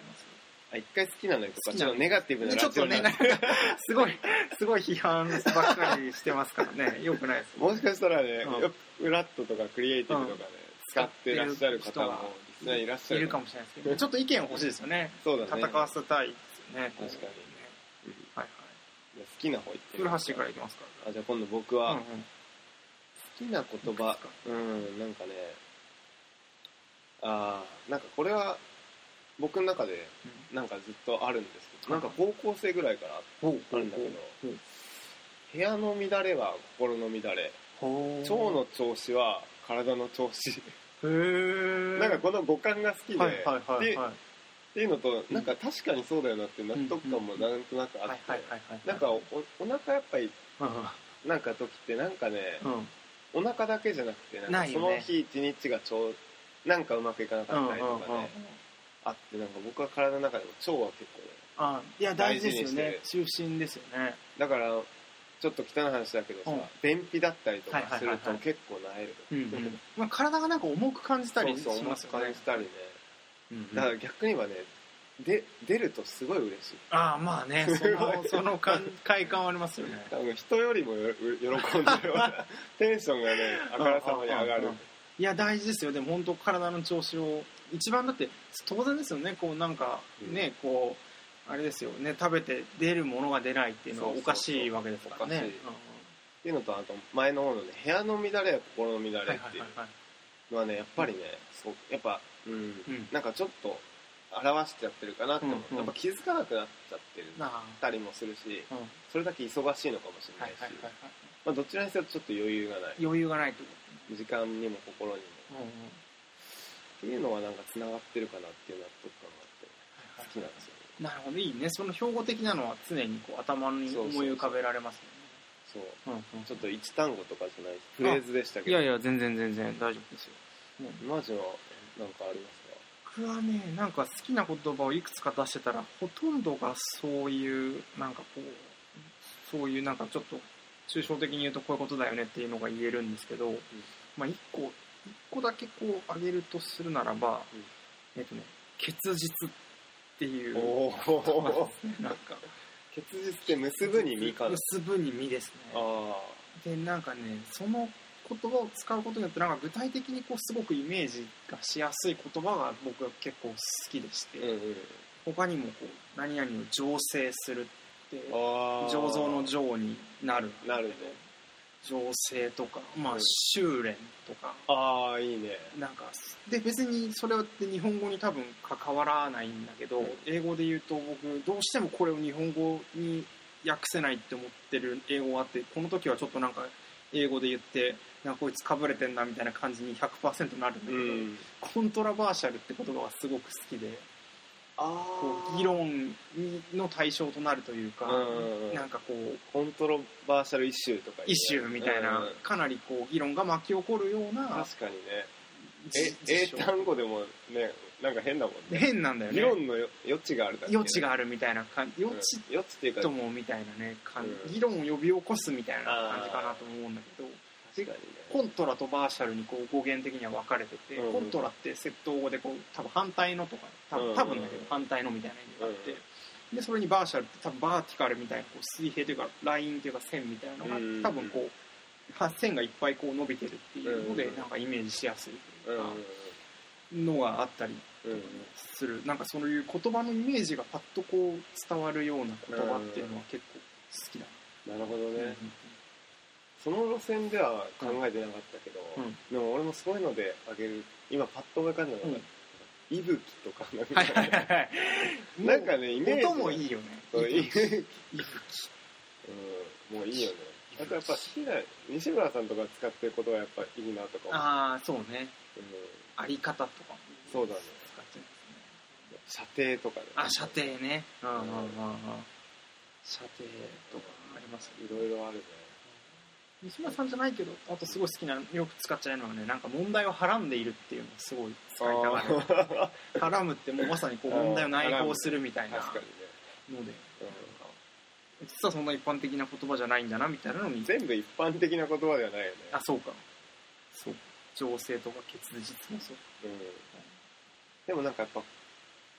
Speaker 2: あ一回好きなのよと
Speaker 1: 好
Speaker 2: か
Speaker 1: き
Speaker 2: ち
Speaker 1: な
Speaker 2: ょ
Speaker 1: の
Speaker 2: っとネガティブな
Speaker 1: でちょ
Speaker 2: ラ
Speaker 1: っ
Speaker 2: ジオ
Speaker 1: と
Speaker 2: にな
Speaker 1: ね
Speaker 2: る
Speaker 1: なんかすごいすごい批判ばっかりしてますからねよくないです
Speaker 2: もしかしたらね
Speaker 1: うん
Speaker 2: よくフラットとかクリエイティブとかね使ってらっしゃる方も実際いらっしゃ
Speaker 1: い
Speaker 2: る
Speaker 1: るかもしれないですけどちょっと意見欲しいですよね
Speaker 2: そうだ
Speaker 1: 戦
Speaker 2: ね
Speaker 1: わせたいですよね
Speaker 2: 確かにうん
Speaker 1: はいはい
Speaker 2: いや好きな方言って
Speaker 1: 古橋からいきますか
Speaker 2: あじゃあ今度僕
Speaker 1: ら
Speaker 2: は、
Speaker 1: うんうん
Speaker 2: 好きな言
Speaker 1: い
Speaker 2: 葉
Speaker 1: くつか
Speaker 2: うんなんかねああなんかこれは僕の中でなんかずっとあるんですけどなんか高校生ぐらいから
Speaker 1: ほう
Speaker 2: あるんだけど
Speaker 1: ほう
Speaker 2: 部屋の乱れは心の乱れ
Speaker 1: ほ
Speaker 2: 腸の調子は体の調子
Speaker 1: へー
Speaker 2: なんかこの五感が好きで、
Speaker 1: はいはいはいはい
Speaker 2: でっ
Speaker 1: は
Speaker 2: ていうのとなんか確かにそうだよなって納得感もなんとなくあ
Speaker 1: い
Speaker 2: って、
Speaker 1: はいはいはい
Speaker 2: なんかおお腹やっぱり
Speaker 1: う
Speaker 2: なんか時ってなんかね、
Speaker 1: んうん
Speaker 2: お腹だけじゃなくてなん
Speaker 1: な
Speaker 2: か
Speaker 1: い
Speaker 2: そ
Speaker 1: よ
Speaker 2: の
Speaker 1: ね
Speaker 2: 日一日がちょうなんかうまくいかなかったりとかね、
Speaker 1: うんうんうん
Speaker 2: あってなんか僕は体の中でも腸は結構ね
Speaker 1: あいや大事ですよね
Speaker 2: 大
Speaker 1: 中心ですよね
Speaker 2: だからちょっと汚い話だけどさ、
Speaker 1: うん
Speaker 2: 便秘だったりとかする
Speaker 1: はいはいはい
Speaker 2: と
Speaker 1: はい
Speaker 2: 結構萎える
Speaker 1: うんうんまあ体がなんか重く感じたりし
Speaker 2: そうそう重
Speaker 1: ます
Speaker 2: く
Speaker 1: よ
Speaker 2: 感
Speaker 1: ね
Speaker 2: じたりね、
Speaker 1: うんうん
Speaker 2: だから逆にはねで出るとすごい嬉しい
Speaker 1: ああまあ ねそ
Speaker 2: すご
Speaker 1: の
Speaker 2: い
Speaker 1: その感快感はありますよね
Speaker 2: 多分人よりもよ喜んでるよう なテンションがねあからさまに上が
Speaker 1: うんうん
Speaker 2: る
Speaker 1: うんいや大事ですよでも本当体の調子を一番だって当然ですよねこうなんかね、こうあれですよね食べて出るものが出ないっていうのは
Speaker 2: そうそ
Speaker 1: お
Speaker 2: うそ
Speaker 1: か
Speaker 2: う
Speaker 1: しいわけですからね
Speaker 2: おかしいっていうのとあと前の方のね部屋の乱れや心の乱れ
Speaker 1: うん
Speaker 2: っ
Speaker 1: はいは
Speaker 2: て
Speaker 1: い
Speaker 2: いう
Speaker 1: はいはい
Speaker 2: のはねやっぱりねすごくやっぱうん
Speaker 1: うん
Speaker 2: なんかちょっと表しちゃってるかなって思う、
Speaker 1: うんうん
Speaker 2: やっぱ気づかなくなっちゃってる
Speaker 1: なあ
Speaker 2: たりもするし
Speaker 1: うんはい
Speaker 2: それだけ忙しいのかもしれな
Speaker 1: はいい
Speaker 2: し、
Speaker 1: はいはい
Speaker 2: まあ、どちらにせよちょっと余裕がない
Speaker 1: 余裕がないと、
Speaker 2: 時間にも心にも
Speaker 1: うんうん
Speaker 2: っていうのはなんかつながってるかなっていう納得感があって好きなんですよね
Speaker 1: なるほどいいねその標語的なのは常にこう頭に
Speaker 2: そうそう
Speaker 1: 思い浮かべられますね
Speaker 2: そう
Speaker 1: うんうん
Speaker 2: ちょっと一単語とかじゃないフレーズでしたけ
Speaker 1: い
Speaker 2: ど
Speaker 1: やいや全然全然大丈夫ですよ
Speaker 2: マジのなんかありますか
Speaker 1: 僕はねなんか好きな言葉をいくつか出してたらほとんどがそういうなんかこうそういうなんかちょっと抽象的に言うとこういうことだよねっていうのが言えるんですけど、まあ一個一個だけこう挙げるとするならば、
Speaker 2: う
Speaker 1: え
Speaker 2: ん
Speaker 1: っとね結実っていう
Speaker 2: お
Speaker 1: 言葉
Speaker 2: お
Speaker 1: ですねなんか
Speaker 2: 結実って結ぶにみかん
Speaker 1: 結ぶに実です
Speaker 2: あ
Speaker 1: ね
Speaker 2: あ
Speaker 1: でなんかねその言葉を使うことによってなんか具体的にこうすごくイメージがしやすい言葉が僕は結構好きでして、
Speaker 2: うんうん
Speaker 1: 他にもこう何々を醸成するって
Speaker 2: ああ
Speaker 1: 醸造の醸になる
Speaker 2: なるね
Speaker 1: 醸成とかまあ
Speaker 2: うん
Speaker 1: 修練とか
Speaker 2: ああいいね
Speaker 1: なんかで別にそれって日本語に多分関わらないんだけど、
Speaker 2: うん
Speaker 1: 英語で言うと僕どうしてもこれを日本語に訳せないって思ってる英語があってこの時はちょっとなんか英語で言ってなんかこいつかぶれてんなみたいな感じに100%なるんだけ
Speaker 2: う
Speaker 1: ど、
Speaker 2: ん
Speaker 1: コントラバーシャルって言葉がすごく好きで
Speaker 2: あ
Speaker 1: こう議論の対象となるというか、
Speaker 2: うん
Speaker 1: なんかこう
Speaker 2: コントロバーシャルイシューとか
Speaker 1: イシューみたいな、
Speaker 2: うん
Speaker 1: かなりこう議論が巻き起こるような
Speaker 2: 確かにね
Speaker 1: じ
Speaker 2: え英
Speaker 1: 事象
Speaker 2: 単語でもねなんか変だもんね
Speaker 1: 変なんだよ
Speaker 2: 議
Speaker 1: ね
Speaker 2: 論のよ余地があるだけ
Speaker 1: 余地が
Speaker 2: あ
Speaker 1: あるみたいな感じ余地
Speaker 2: 余地っていうか
Speaker 1: ともみたいなね感
Speaker 2: う
Speaker 1: じ
Speaker 2: ん
Speaker 1: 議論を呼び起こすみたいな感じかなと思うんだけど
Speaker 2: 確かにね
Speaker 1: コントラとバーシャルにこう語源的には分かれてて、
Speaker 2: うん
Speaker 1: コントラって窃盗語でこう多分反対のとか多
Speaker 2: う
Speaker 1: 分
Speaker 2: ん
Speaker 1: 多分だけど反対のみたいな意味があって、でそれにバーシャルって多分バーティカルみたいなこう水平というかラインというか線みたいなのがあって
Speaker 2: うん
Speaker 1: 多分こうは線がいっぱいこう伸びてるっていうので
Speaker 2: うん
Speaker 1: なんかイメージしやすいと
Speaker 2: う
Speaker 1: い
Speaker 2: ん
Speaker 1: う
Speaker 2: うん
Speaker 1: かのがあったり
Speaker 2: うんうん
Speaker 1: するなんかそういう言葉のイメージがパッとこう伝わるような言葉っていうのは結構好きだ
Speaker 2: なるほど
Speaker 1: ね、
Speaker 2: ねその路線では考えてなかったけど
Speaker 1: うん
Speaker 2: でも俺もそういうのであげる今パッと思い浮かんだの
Speaker 1: うん
Speaker 2: が息吹とかなん
Speaker 1: は
Speaker 2: か
Speaker 1: いはいはいはい
Speaker 2: なんかねイメージ
Speaker 1: 音もいいよね
Speaker 2: そういい
Speaker 1: い
Speaker 2: うんもういいよねあとやっぱ好きな西村さんとか使ってることはやっぱいいなとか思う
Speaker 1: ああそうね
Speaker 2: うん
Speaker 1: あり方とかも
Speaker 2: そうだね
Speaker 1: 使っちゃいますね
Speaker 2: 射程とかね
Speaker 1: あ射程ねうんうんうんうん射程とかあります
Speaker 2: いろいろあるね
Speaker 1: 三島さんじゃないけどあとすごい好きなよく使っちゃうのはねなんか問題をはらんでいるっていうのをすごい使いたがる
Speaker 2: あ
Speaker 1: はらむってもうまさにこう
Speaker 2: あー
Speaker 1: 問題を内包するみた
Speaker 2: ー
Speaker 1: いな
Speaker 2: 確かにね
Speaker 1: ので
Speaker 2: うん
Speaker 1: 実はそんな一般的な言葉じゃないんだなみたいなのに
Speaker 2: 全部一般的な言葉ではないよね
Speaker 1: あそうかそう情勢とか結実もそう
Speaker 2: うんでもなんかやっぱ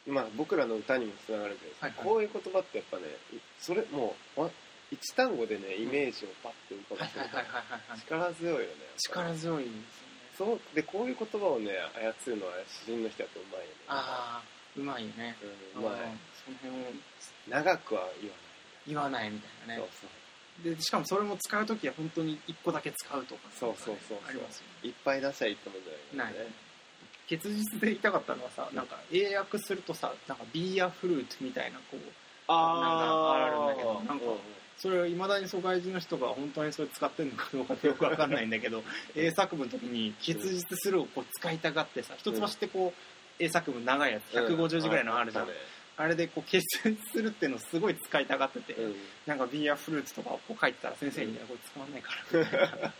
Speaker 2: まあ僕らの歌にもつながるけど、
Speaker 1: はいはい
Speaker 2: こういう言葉ってやっぱねいそれもうわ一単語でねイメージをパッて浮か
Speaker 1: は
Speaker 2: べ
Speaker 1: い
Speaker 2: て
Speaker 1: はいはいはいはい
Speaker 2: 力強いよね
Speaker 1: 力強いですよね
Speaker 2: そうでこういう言葉をね操るのは詩人の人だとうまいよね
Speaker 1: ああうまいよね
Speaker 2: うん、うまい
Speaker 1: その辺を
Speaker 2: 長くは言わ
Speaker 1: 言わないみた
Speaker 2: ないい、
Speaker 1: なね
Speaker 2: そうそう
Speaker 1: でしかもそれも使う時は本当に1個だけ使うとか
Speaker 2: そうそうそうそう
Speaker 1: ありますよね
Speaker 2: いっぱい出しゃいいってもんじゃない
Speaker 1: ない結実で言いたかったのはさなんか英訳するとさなんかビーアフルートみたいなこう
Speaker 2: あ
Speaker 1: なんかあるんだけど
Speaker 2: ー
Speaker 1: なんか
Speaker 2: うんうん
Speaker 1: それをいまだに疎外人の人が本当にそれ使ってるのかどうかってよくわかんないんだけど英作文の時に「結実する」をこう使いたがってさ一橋ってこう英作文長いやつ150字ぐらいのあるじゃん、
Speaker 2: う
Speaker 1: あれでこう結実するっていうのをすごい使いたがってて、
Speaker 2: うん
Speaker 1: なんかビーアフルーツとかをこう書いてたら先生に「いやこれ使わないから」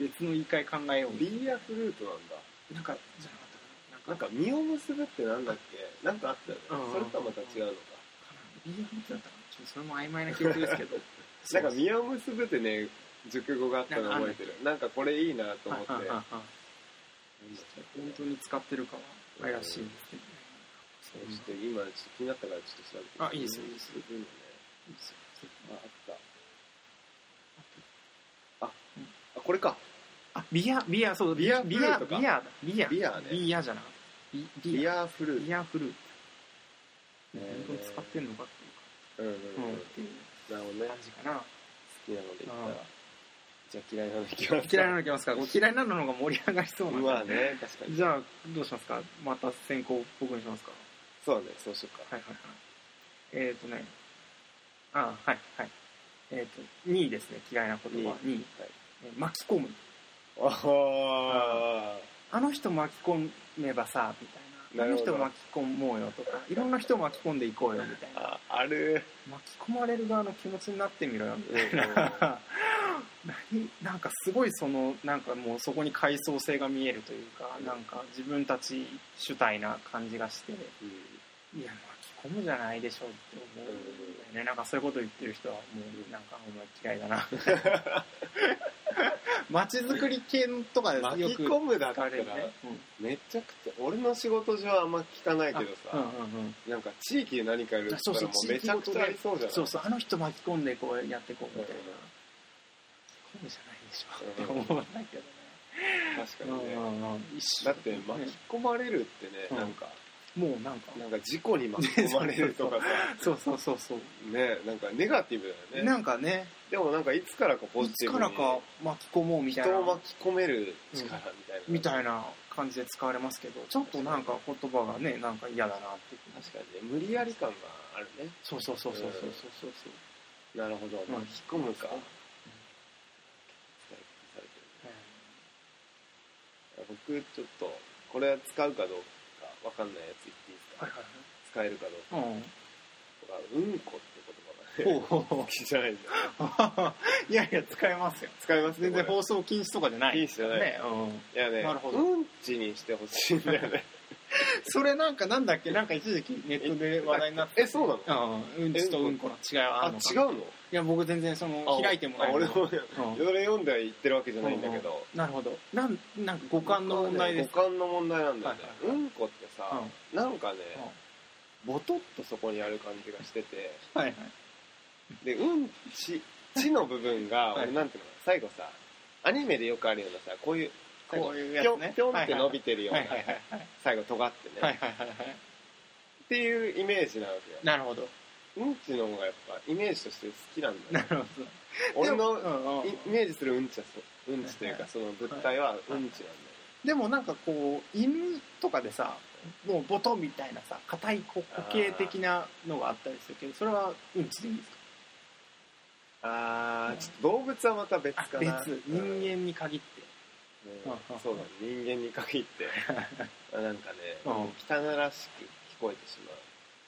Speaker 1: 別の言い換え考えよ
Speaker 2: ビーアフルートなんだ
Speaker 1: うなんかじゃなか
Speaker 2: な
Speaker 1: ったかななんんか
Speaker 2: か実を結ぶってなんだっけなんかあったよね、
Speaker 1: うん
Speaker 2: それとはまた違うのか
Speaker 1: ビーアフルーツだったかなちょっとそれも曖昧な記憶ですけど
Speaker 2: なんか実を結ぶってね熟語があったの
Speaker 1: なんかある
Speaker 2: 覚えてるなんかこれいいなと思っ て
Speaker 1: はいはいはいはい 本当に使ってるかは怪しいですけどね
Speaker 2: ちょっと今ちょっと気になったからちょっと調べて
Speaker 1: あいいですよいいですよ
Speaker 2: いいのねああったあこれか
Speaker 1: あビアビアそう
Speaker 2: ビア
Speaker 1: ビア
Speaker 2: フルーツか
Speaker 1: ビアだビア
Speaker 2: ビアね
Speaker 1: ビアじゃなかったビビ
Speaker 2: ビ
Speaker 1: ア
Speaker 2: アフルー
Speaker 1: ビアフルーツ
Speaker 2: えー
Speaker 1: 本当に使ってんのかっていうか
Speaker 2: トうんう
Speaker 1: う
Speaker 2: ん
Speaker 1: んっ
Speaker 2: うん
Speaker 1: ていう
Speaker 2: なるほどね
Speaker 1: 感じかな
Speaker 2: 好きなので言った
Speaker 1: うん
Speaker 2: らじゃあ嫌いなのいきますか
Speaker 1: 嫌いなのいきますかこう嫌いなのの方が盛り上がりそうなんで
Speaker 2: まあね確かに
Speaker 1: じゃあどうしますかまた先行僕にしますか
Speaker 2: そうだねそうしようか
Speaker 1: はいはいはいえっ、ー、とねあはいはいえっ、と2位ですね嫌いな言葉2位、え巻き込む
Speaker 2: ああ
Speaker 1: あの人巻き込めばさみたいな
Speaker 2: なる
Speaker 1: あの
Speaker 2: ほど
Speaker 1: 人巻き込もうよとかいろんな人巻き込んでいこうよみたいな
Speaker 2: あある
Speaker 1: 巻き込まれる側の気持ちになってみろよみ
Speaker 2: うんうん
Speaker 1: たいな何なんかすごいそのなんかもうそこに階層性が見えるというかなんか自分たち主体な感じがして
Speaker 2: うん
Speaker 1: いや巻き込むじゃないでしょうって思うんだよねなんかそういうこと言ってる人はもうなんかお前嫌いだな 街づくり系とかです
Speaker 2: 巻き
Speaker 1: よく
Speaker 2: 込むだっ
Speaker 1: 使
Speaker 2: た
Speaker 1: わ
Speaker 2: ら
Speaker 1: れるね、うん
Speaker 2: めちゃくちゃ俺の仕事上はあんま聞かないけど
Speaker 1: あうん
Speaker 2: さ
Speaker 1: うんうん
Speaker 2: なんか地域で何かやるって言っ
Speaker 1: あそ
Speaker 2: たらも
Speaker 1: う
Speaker 2: う
Speaker 1: そう
Speaker 2: めちゃくちゃありそうじゃない
Speaker 1: そうそうあの人巻き込んでこうやってこうみたいな
Speaker 2: うん
Speaker 1: 込むじゃないでしょって思わないけどね
Speaker 2: 確かにね
Speaker 1: 一緒
Speaker 2: だって巻き込まれるってね、
Speaker 1: うん
Speaker 2: なんか
Speaker 1: もうなんか
Speaker 2: なんか事故に巻き込まれるとかさ
Speaker 1: そうそうそうそう
Speaker 2: ねなんかネガティブだよね
Speaker 1: なんかね
Speaker 2: でもなんかいつからかポ
Speaker 1: い
Speaker 2: ジテ
Speaker 1: つ
Speaker 2: ィブ
Speaker 1: から
Speaker 2: に
Speaker 1: か巻き込もうみたい
Speaker 2: 人を
Speaker 1: な
Speaker 2: 巻き込める力みたいな、
Speaker 1: み
Speaker 2: い
Speaker 1: たいな感じで使われますけどちょっとなんか言葉がねなんか嫌だなっていう
Speaker 2: 確かにね無理やり感があるね
Speaker 1: そうそうそうそうそうそうそう
Speaker 2: なるほど、
Speaker 1: ん
Speaker 2: 巻き込むか、
Speaker 1: うん
Speaker 2: 僕ちょっとこれは使うかどうかわかんないやつ言っていいですか、
Speaker 1: はい
Speaker 2: 使えるかどうか
Speaker 1: はい
Speaker 2: 僕はうんこって
Speaker 1: う
Speaker 2: 言
Speaker 1: ん
Speaker 2: 葉
Speaker 1: ほ
Speaker 2: がね
Speaker 1: うほう
Speaker 2: 好きじゃないんだよ
Speaker 1: いやいや使えますよ
Speaker 2: 使いますね
Speaker 1: 全然
Speaker 2: こ
Speaker 1: 放送禁止とかじゃな
Speaker 2: れいい
Speaker 1: い
Speaker 2: っすよね
Speaker 1: ね、うん、
Speaker 2: いやね
Speaker 1: なるほど
Speaker 2: うんちにしてほしいんだよね
Speaker 1: それなんかなんだっけなんか一時期ネットで話題になって
Speaker 2: えそうなの
Speaker 1: うんうんちとうんこの違いは
Speaker 2: あ
Speaker 1: あ
Speaker 2: 違
Speaker 1: るのか
Speaker 2: う
Speaker 1: な
Speaker 2: の
Speaker 1: いや僕全然その開いてもな
Speaker 2: あ
Speaker 1: い
Speaker 2: 俺
Speaker 1: の
Speaker 2: も
Speaker 1: うん
Speaker 2: それ読んでは言ってるわけじゃないんだけど
Speaker 1: なるほどなんなんか五感の問題です
Speaker 2: 五感の問題なんだよね
Speaker 1: はいはい
Speaker 2: うんこってさなんかねボトッとそこにある感じがしてて
Speaker 1: はいはい
Speaker 2: でうんちちの部分が
Speaker 1: はい
Speaker 2: 俺なんていうの最後さアニメでよくあるようなさこういう最後
Speaker 1: こういう
Speaker 2: ぴ
Speaker 1: や
Speaker 2: ょ
Speaker 1: つ
Speaker 2: ん
Speaker 1: ね
Speaker 2: ぴょんって伸びてるよう
Speaker 1: は
Speaker 2: ない
Speaker 1: はいはいはい
Speaker 2: 最後尖って
Speaker 1: はい
Speaker 2: ね
Speaker 1: はいはいはい
Speaker 2: っていうイメージなわけよ
Speaker 1: なるほど
Speaker 2: うんちの方がやっぱイメージとして好きなんだ
Speaker 1: な
Speaker 2: よ
Speaker 1: るほど
Speaker 2: 俺
Speaker 1: でも
Speaker 2: の
Speaker 1: うんうん
Speaker 2: イイメージするうんちはそううんちというかその物体はうんちなんだよ
Speaker 1: でもなんかこう犬とかでさもうボトンみたいなさ硬いこう固形的なのがあったりするけどそれはうんちでいいんですか
Speaker 2: あーちょっと動物はまた別かな
Speaker 1: 別
Speaker 2: う
Speaker 1: 人
Speaker 2: ん
Speaker 1: 間に限って
Speaker 2: ね
Speaker 1: うん
Speaker 2: そうだね人間に限って なんかね
Speaker 1: うん
Speaker 2: 汚らしく聞こえてし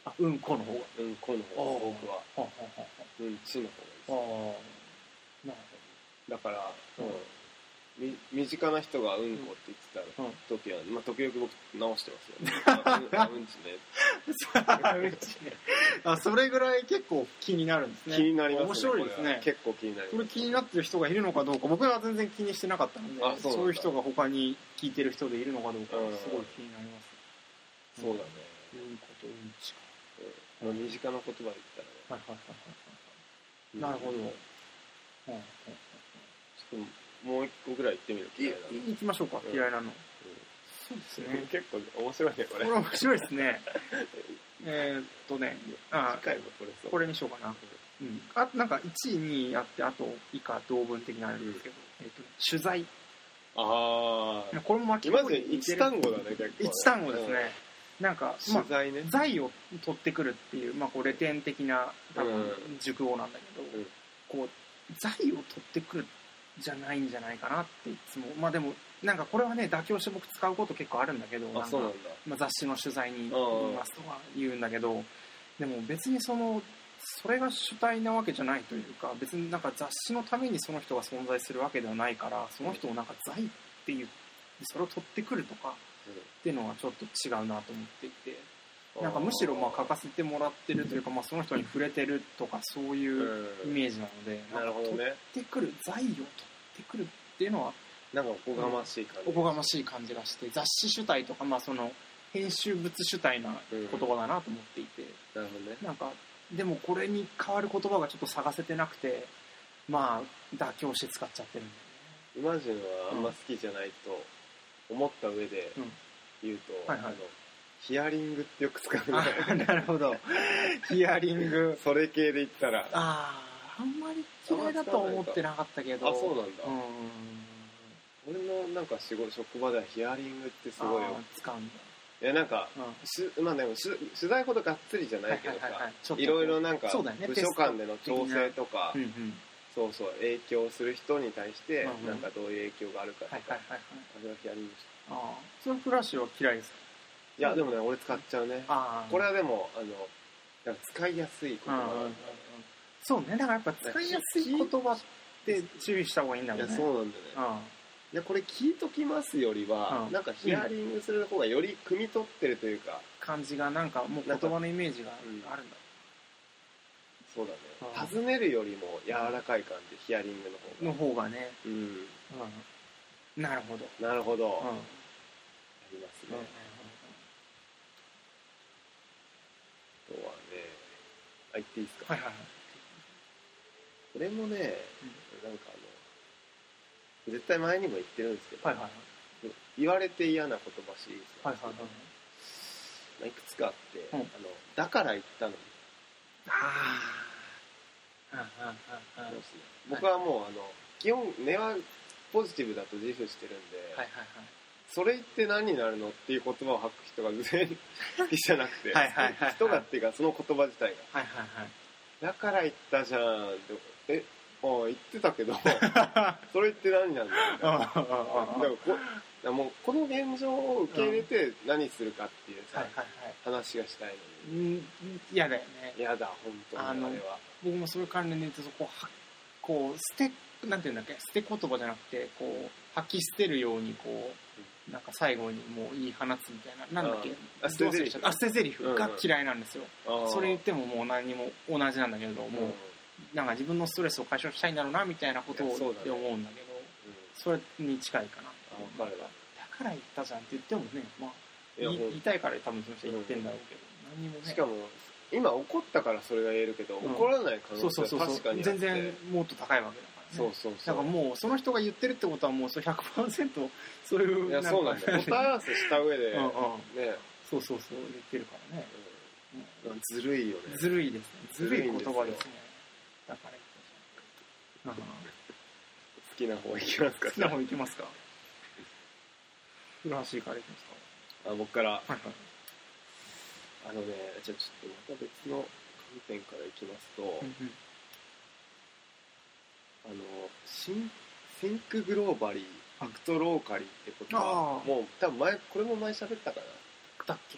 Speaker 1: あうんこの方が
Speaker 2: まううんこの方が僕は
Speaker 1: ほうほうほう
Speaker 2: うんちの方がいいです
Speaker 1: ほうなる
Speaker 2: だから、
Speaker 1: うん
Speaker 2: み身近な人がうんこって言ってた
Speaker 1: うん
Speaker 2: 時は、まあ、時々僕直して ますよ、あうん、あうんちね
Speaker 1: ほどうんちね あそれぐらい結構気になるんですね
Speaker 2: 気になりますね
Speaker 1: 面白いです
Speaker 2: これは
Speaker 1: ね
Speaker 2: 結構気になり
Speaker 1: こ
Speaker 2: ま
Speaker 1: れ
Speaker 2: す
Speaker 1: 気になってる人がいるのかどうか僕は全然気にしてなかったので
Speaker 2: あそうなん
Speaker 1: い
Speaker 2: だ
Speaker 1: う人が他に聞いてる人でいるのかどうか
Speaker 2: うん
Speaker 1: すごい気になります
Speaker 2: そうだね、
Speaker 1: うんことうんち
Speaker 2: うんまあ身近な言葉で言ったらね、
Speaker 1: かはいはいはいはい
Speaker 2: うん
Speaker 1: なるほど
Speaker 2: ち
Speaker 1: うんうん
Speaker 2: ょっともう一個ぐらい言ってみる嫌いなの
Speaker 1: い行きましょうか、
Speaker 2: うん
Speaker 1: 嫌いなの。そうです
Speaker 2: うん。結構面白いねこ
Speaker 1: こ
Speaker 2: れ
Speaker 1: れ面白いですね。えーっとね、あ
Speaker 2: 次回もこれそう
Speaker 1: これにしようかな。うん。あなんか1位、2位あって、あと以下同文的なあれですけど、えーっとね、取材。
Speaker 2: ああ
Speaker 1: これも巻き
Speaker 2: 今
Speaker 1: 込
Speaker 2: ま
Speaker 1: ん
Speaker 2: で
Speaker 1: で
Speaker 2: 一単語だね結構ね
Speaker 1: 一単語ですね。なんか、
Speaker 2: うん
Speaker 1: ま
Speaker 2: 取材ね、
Speaker 1: あ、財を取ってくるっていう、まあ、こう、レテン的な、多
Speaker 2: う
Speaker 1: 分
Speaker 2: ん、
Speaker 1: 熟語なんだけど、
Speaker 2: うん
Speaker 1: こう、財を取ってくるじゃないんじゃないかなっていつも。まあでも、なんかこれはね、妥協して僕使うこと結構あるんだけど、
Speaker 2: あ
Speaker 1: なん
Speaker 2: そう
Speaker 1: か
Speaker 2: なんだ
Speaker 1: まあ、雑誌の取材に
Speaker 2: うん
Speaker 1: 行きますとか言うんだけど、でも別にその、それが主体なわけじゃないというか、別になんか雑誌のためにその人が存在するわけではないから、その人をなんか財っていう、それを取ってくるとかっていうのはちょっと違うなと思っていて、
Speaker 2: うん
Speaker 1: なんかむしろまあ書かせてもらってるというか、まあその人に触れてるとかそういうイ
Speaker 2: うん
Speaker 1: メージなので、
Speaker 2: なるほど
Speaker 1: 取っ
Speaker 2: ね
Speaker 1: てくる、財を取ってくるっていうのは
Speaker 2: なんかおこがましい感じ
Speaker 1: おこがましい感じがして雑誌主体とか、まあ、その編集物主体な言葉だなと思っていて、
Speaker 2: なるほどね
Speaker 1: なんかでもこれに代わる言葉がちょっと探せてなくてまあ妥協して使っちゃってるん
Speaker 2: イマジンはあんま好きじゃないと思った上で
Speaker 1: うん
Speaker 2: 言うと、
Speaker 1: はいはい
Speaker 2: あのヒアリングってよく使う
Speaker 1: だ
Speaker 2: ね
Speaker 1: よねあなるほどヒアリング
Speaker 2: それ系で言ったらあ
Speaker 1: あああんまり嫌いだとは思ってなかったけど
Speaker 2: そう
Speaker 1: う
Speaker 2: なんだ、
Speaker 1: ん
Speaker 2: 俺のなんか仕事職場ではヒアリングってすごい
Speaker 1: あ
Speaker 2: よ
Speaker 1: ー使うんだ、
Speaker 2: いやなんか
Speaker 1: うん、
Speaker 2: しまあでもし取材ほどがっつりじゃないけどさ、い
Speaker 1: ちょっと
Speaker 2: ろいろなんか
Speaker 1: そうだよね
Speaker 2: 部署間での調整とか、
Speaker 1: うんうん
Speaker 2: そうそう影響する人に対して
Speaker 1: うんうん
Speaker 2: なんかどういう影響があるかとか、
Speaker 1: はいはいはいはい
Speaker 2: あれはヒアリングし
Speaker 1: ああそのフラッシュは嫌いですか
Speaker 2: いやでもね俺使っちゃうね
Speaker 1: ああ
Speaker 2: これはでもあのなんか使いやすい言葉なんだよね
Speaker 1: そうね、だからやっぱ使いやすい言葉って注意した方がいいんだ
Speaker 2: い
Speaker 1: も
Speaker 2: や
Speaker 1: んね。
Speaker 2: そうなんだよね
Speaker 1: うん。
Speaker 2: いやこれ聞いときますよりは、
Speaker 1: うん
Speaker 2: なんかヒアリングする方がより汲み取ってるというか、
Speaker 1: 感じがなんかもう言葉のイメージがあるんだ。
Speaker 2: そうだ
Speaker 1: う
Speaker 2: ね、
Speaker 1: ん
Speaker 2: 尋ねるよりも柔らかい感じ、ヒアリングの
Speaker 1: の
Speaker 2: 方が
Speaker 1: 方がね。
Speaker 2: うん
Speaker 1: うん。なるほど。
Speaker 2: なるほど、
Speaker 1: うん
Speaker 2: あ。りますね、あとはねあ言っていいですか、
Speaker 1: はいはいはい。
Speaker 2: これもねなんかあの絶対前にも言ってるんですけど、
Speaker 1: はいはいはい。
Speaker 2: 言われて嫌な言葉シリーズな
Speaker 1: は
Speaker 2: ん
Speaker 1: い
Speaker 2: で
Speaker 1: は
Speaker 2: す
Speaker 1: いはい。
Speaker 2: まあ、いくつかあって、
Speaker 1: うん
Speaker 2: あのだから言ったのに
Speaker 1: ああ。うんうんうんうん。はい
Speaker 2: ですね僕はもうあの基本根はポジティブだと自負してるんで、
Speaker 1: はい
Speaker 2: それ言って何になるのっていう言葉を吐く 人が全然好きじゃなくて
Speaker 1: はいはいはいはい
Speaker 2: 人がっていうかその言葉自体が
Speaker 1: はい。はいはいはい。
Speaker 2: だから行ったじゃんってえああ言って たけどそれって何なんだよでもこでもこの現状を受け入れて何するかっていうさ、話がしたいの
Speaker 1: い。うん、嫌だよね
Speaker 2: に。嫌だ本当にあ
Speaker 1: あの
Speaker 2: れは
Speaker 1: 僕もそれ関連で言うと、そこは、こう、捨て、なんていうんだっけ、捨て言葉じゃなくて、こう、吐き捨てるように、こう、なんか最後にもう言い放つみたいな、なんだっけ
Speaker 2: うん、あ捨て台詞
Speaker 1: どうせあ、捨て台詞が嫌いなんですよ。
Speaker 2: ああ
Speaker 1: それ言ってももう何も同じなんだけど、
Speaker 2: うん
Speaker 1: もう、なんか自分のストレスを解消したいんだろうな、みたいなことを
Speaker 2: いやそうだ
Speaker 1: っ
Speaker 2: ね
Speaker 1: て思うんだけど、それに近いかな。
Speaker 2: あわかるわ
Speaker 1: だから言ったじゃんって言ってもね、まあ、
Speaker 2: いや
Speaker 1: 言い
Speaker 2: ほん
Speaker 1: 言いたいから多分その人言ってんだろうけど、何にもね。
Speaker 2: しかも今怒ったからそれが言えるけど、
Speaker 1: うん
Speaker 2: 怒らない可
Speaker 1: そ
Speaker 2: 能
Speaker 1: うそう
Speaker 2: 性
Speaker 1: そう
Speaker 2: は
Speaker 1: そう
Speaker 2: 確かにあって
Speaker 1: 全然もっと高いわけだからね
Speaker 2: そうそう
Speaker 1: だ
Speaker 2: そう
Speaker 1: からもうその人が言ってるってことはもうそれ100%そういう
Speaker 2: いやそうなんだよ答え合わせした上で、
Speaker 1: うんうん
Speaker 2: ね、
Speaker 1: そうそうそう言ってるからね、
Speaker 2: うんなんかずるいよね
Speaker 1: ずるいですねずるい言葉
Speaker 2: ずるいん
Speaker 1: で
Speaker 2: ですす
Speaker 1: ねだから言ったじゃん
Speaker 2: 好きな方いきます
Speaker 1: うん
Speaker 2: か
Speaker 1: 好きな方行きますか古橋から行きます
Speaker 2: あ僕から
Speaker 1: かはいはい
Speaker 2: あのねじゃあちょっとまた別の観点からいきますと、あのシンシンクグローバリーアクトローカリーってこと
Speaker 1: あ
Speaker 2: は
Speaker 1: ー
Speaker 2: もう多分前これも前喋ったかな
Speaker 1: だっけ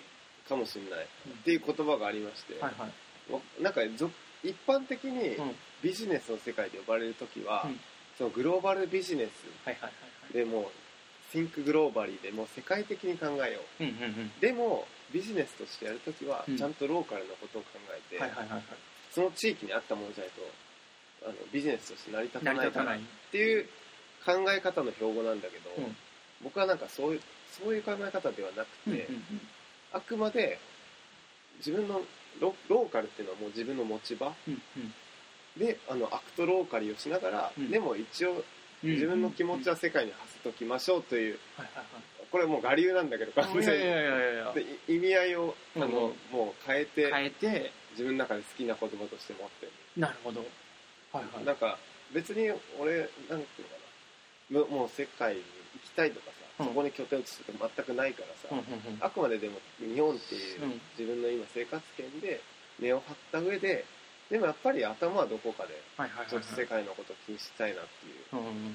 Speaker 2: かもしれない、
Speaker 1: うん
Speaker 2: っていう言葉がありまして、
Speaker 1: はいはい
Speaker 2: わなんかぞ一般的に
Speaker 1: うん
Speaker 2: ビジネスの世界で呼ばれる時は、
Speaker 1: うん
Speaker 2: そのグローバルビジネ
Speaker 1: はいはいはい
Speaker 2: スでもう Think グローバリーでもう世界的に考えよう
Speaker 1: うんうん
Speaker 2: でもビジネスとしてやるときは
Speaker 1: うん
Speaker 2: ちゃんとローカルなことを考えて、
Speaker 1: うんはいはいはいはい
Speaker 2: その地域に合ったものじゃないとあのビジネスとして成り立
Speaker 1: 成
Speaker 2: た
Speaker 1: り
Speaker 2: ない
Speaker 1: 立
Speaker 2: か
Speaker 1: た
Speaker 2: ら
Speaker 1: な
Speaker 2: っ
Speaker 1: い
Speaker 2: ていう考え方の標語なんだけど、
Speaker 1: うん
Speaker 2: 僕はなんかそういうそういう考え方ではなく
Speaker 1: うんう
Speaker 2: て、
Speaker 1: んうん
Speaker 2: あくまで自分のロローカルっていうのはもう自分の持ち場
Speaker 1: うん
Speaker 2: であのアクトローカリーをしながら、
Speaker 1: うん
Speaker 2: でも一応
Speaker 1: うん
Speaker 2: 自分の気持ちは世界に発せときましょうという、
Speaker 1: はいはいはい
Speaker 2: これもう我流なんだけど完全
Speaker 1: いや
Speaker 2: に
Speaker 1: いやいやいや
Speaker 2: でい意味合いをあの、
Speaker 1: うん
Speaker 2: もう変えて、
Speaker 1: 変えて
Speaker 2: 自分の中で好きな言葉として持ってる、
Speaker 1: なるほどはいはい
Speaker 2: なんか別に俺なんていうのかなむもう世界に行きたいとかさ、
Speaker 1: うん
Speaker 2: そこに拠点を移すとか全くないからさ、
Speaker 1: うんうんうん
Speaker 2: あくまででも日本っていう
Speaker 1: うん
Speaker 2: 自分の今生活圏で根を張った上ででもやっぱり頭はどこかで
Speaker 1: はいはいはい
Speaker 2: ちょっと世
Speaker 1: は
Speaker 2: 界のことを気にしたいなっていう
Speaker 1: いうんうんうん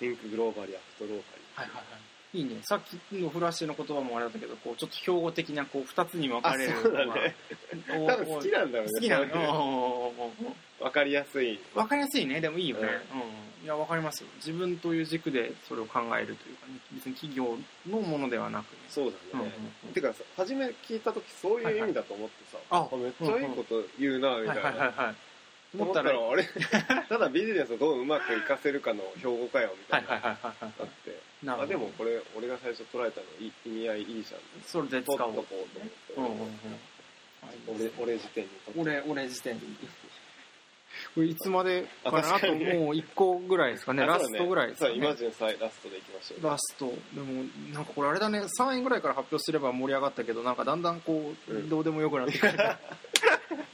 Speaker 2: シンクグローバリアクトロー
Speaker 1: は
Speaker 2: カリ
Speaker 1: いはいはいいいねさっきのフラッシュの言葉もあれだったけどこうちょっと標語的なこう二つに分かれる
Speaker 2: あそうだね
Speaker 1: のが
Speaker 2: 多分好きなんだろうね
Speaker 1: 好きな
Speaker 2: そういう
Speaker 1: の
Speaker 2: 分かりやすい
Speaker 1: 分かりやすいねでもいいよね
Speaker 2: う
Speaker 1: うんいや分かりますよ自分という軸でそれを考えるというかね別に企業のものではなくね
Speaker 2: そうだね、
Speaker 1: うんうん
Speaker 2: てかさ初め聞いた時そういう意味だと思ってさ、
Speaker 1: はいはいあ
Speaker 2: めっちゃいいこと言うなみた
Speaker 1: はいいは
Speaker 2: な、
Speaker 1: いはいはい
Speaker 2: 思ったらあれ ただビジネスをどううまく活かせるかの標語かよみ
Speaker 1: は
Speaker 2: た
Speaker 1: いい
Speaker 2: な
Speaker 1: はいはい
Speaker 2: あっ
Speaker 1: は
Speaker 2: て
Speaker 1: いなるほど
Speaker 2: あでもこれ俺が最初捉えたのいい意味合いいいじゃん
Speaker 1: それで使
Speaker 2: 取
Speaker 1: お
Speaker 2: っ
Speaker 1: う
Speaker 2: とこうと
Speaker 1: うんうん
Speaker 2: 思
Speaker 1: う
Speaker 2: っ
Speaker 1: ん
Speaker 2: て俺俺時点に取っ
Speaker 1: 俺俺時点でこれいつまでか
Speaker 2: あ
Speaker 1: なあ
Speaker 2: 確か
Speaker 1: と
Speaker 2: にね
Speaker 1: もう1個ぐらいですかね
Speaker 2: あ
Speaker 1: ラ
Speaker 2: そう
Speaker 1: ス
Speaker 2: だね
Speaker 1: トぐらいですか
Speaker 2: そうイマ
Speaker 1: ね
Speaker 2: ジンさラストでいきましょう
Speaker 1: ラストでもなんかこれあれだね3位ぐらいから発表すれば盛り上がったけどなんかだんだんこう、
Speaker 2: うん
Speaker 1: どうでもよくなって くる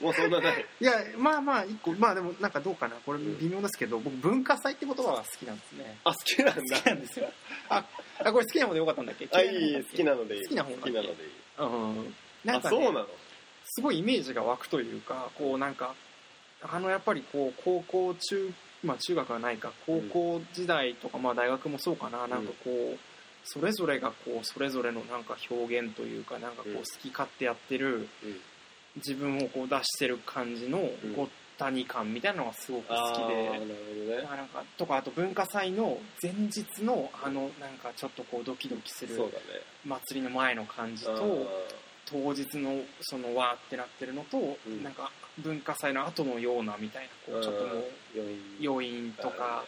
Speaker 2: もうそんなない
Speaker 1: いやまあまあ1個まあでもなんかどうかなこれ
Speaker 2: うん
Speaker 1: 微妙ですけど僕文化祭って言葉が好きなんですね
Speaker 2: あ好きなんだ
Speaker 1: 好きなんですよああこれ好きな方でよかったんだっけ
Speaker 2: あいい好き
Speaker 1: な
Speaker 2: なのでいい
Speaker 1: 好きな方なんだ
Speaker 2: 好きなのでいい
Speaker 1: うんなん
Speaker 2: あ
Speaker 1: か、
Speaker 2: そう
Speaker 1: ね、
Speaker 2: なの
Speaker 1: すごいイメージが湧くというかこうなんかあのやっぱりこう高校中まあ中学はないか高校時代とかまあ大学もそうかななんかこうそれぞれがこうそれぞれのなんか表現というかなんかこう
Speaker 2: うん
Speaker 1: 好き勝手やってる
Speaker 2: うん
Speaker 1: 自分をこう出してる感じの
Speaker 2: ん
Speaker 1: ごったに感みたいなのがすごく好
Speaker 2: あ
Speaker 1: き
Speaker 2: ーなる
Speaker 1: で。
Speaker 2: ほどね
Speaker 1: まあなんかとかあと文化祭の前日のあのなんかちょっとこうドキドキす
Speaker 2: そう
Speaker 1: る
Speaker 2: だね
Speaker 1: 祭りの前の感じ
Speaker 2: あ
Speaker 1: と当日のそのわーってなってるのと、
Speaker 2: うん
Speaker 1: なんか文化祭の後のようなみたいなこ
Speaker 2: ー
Speaker 1: うちょっともう
Speaker 2: 余韻
Speaker 1: 余韻とか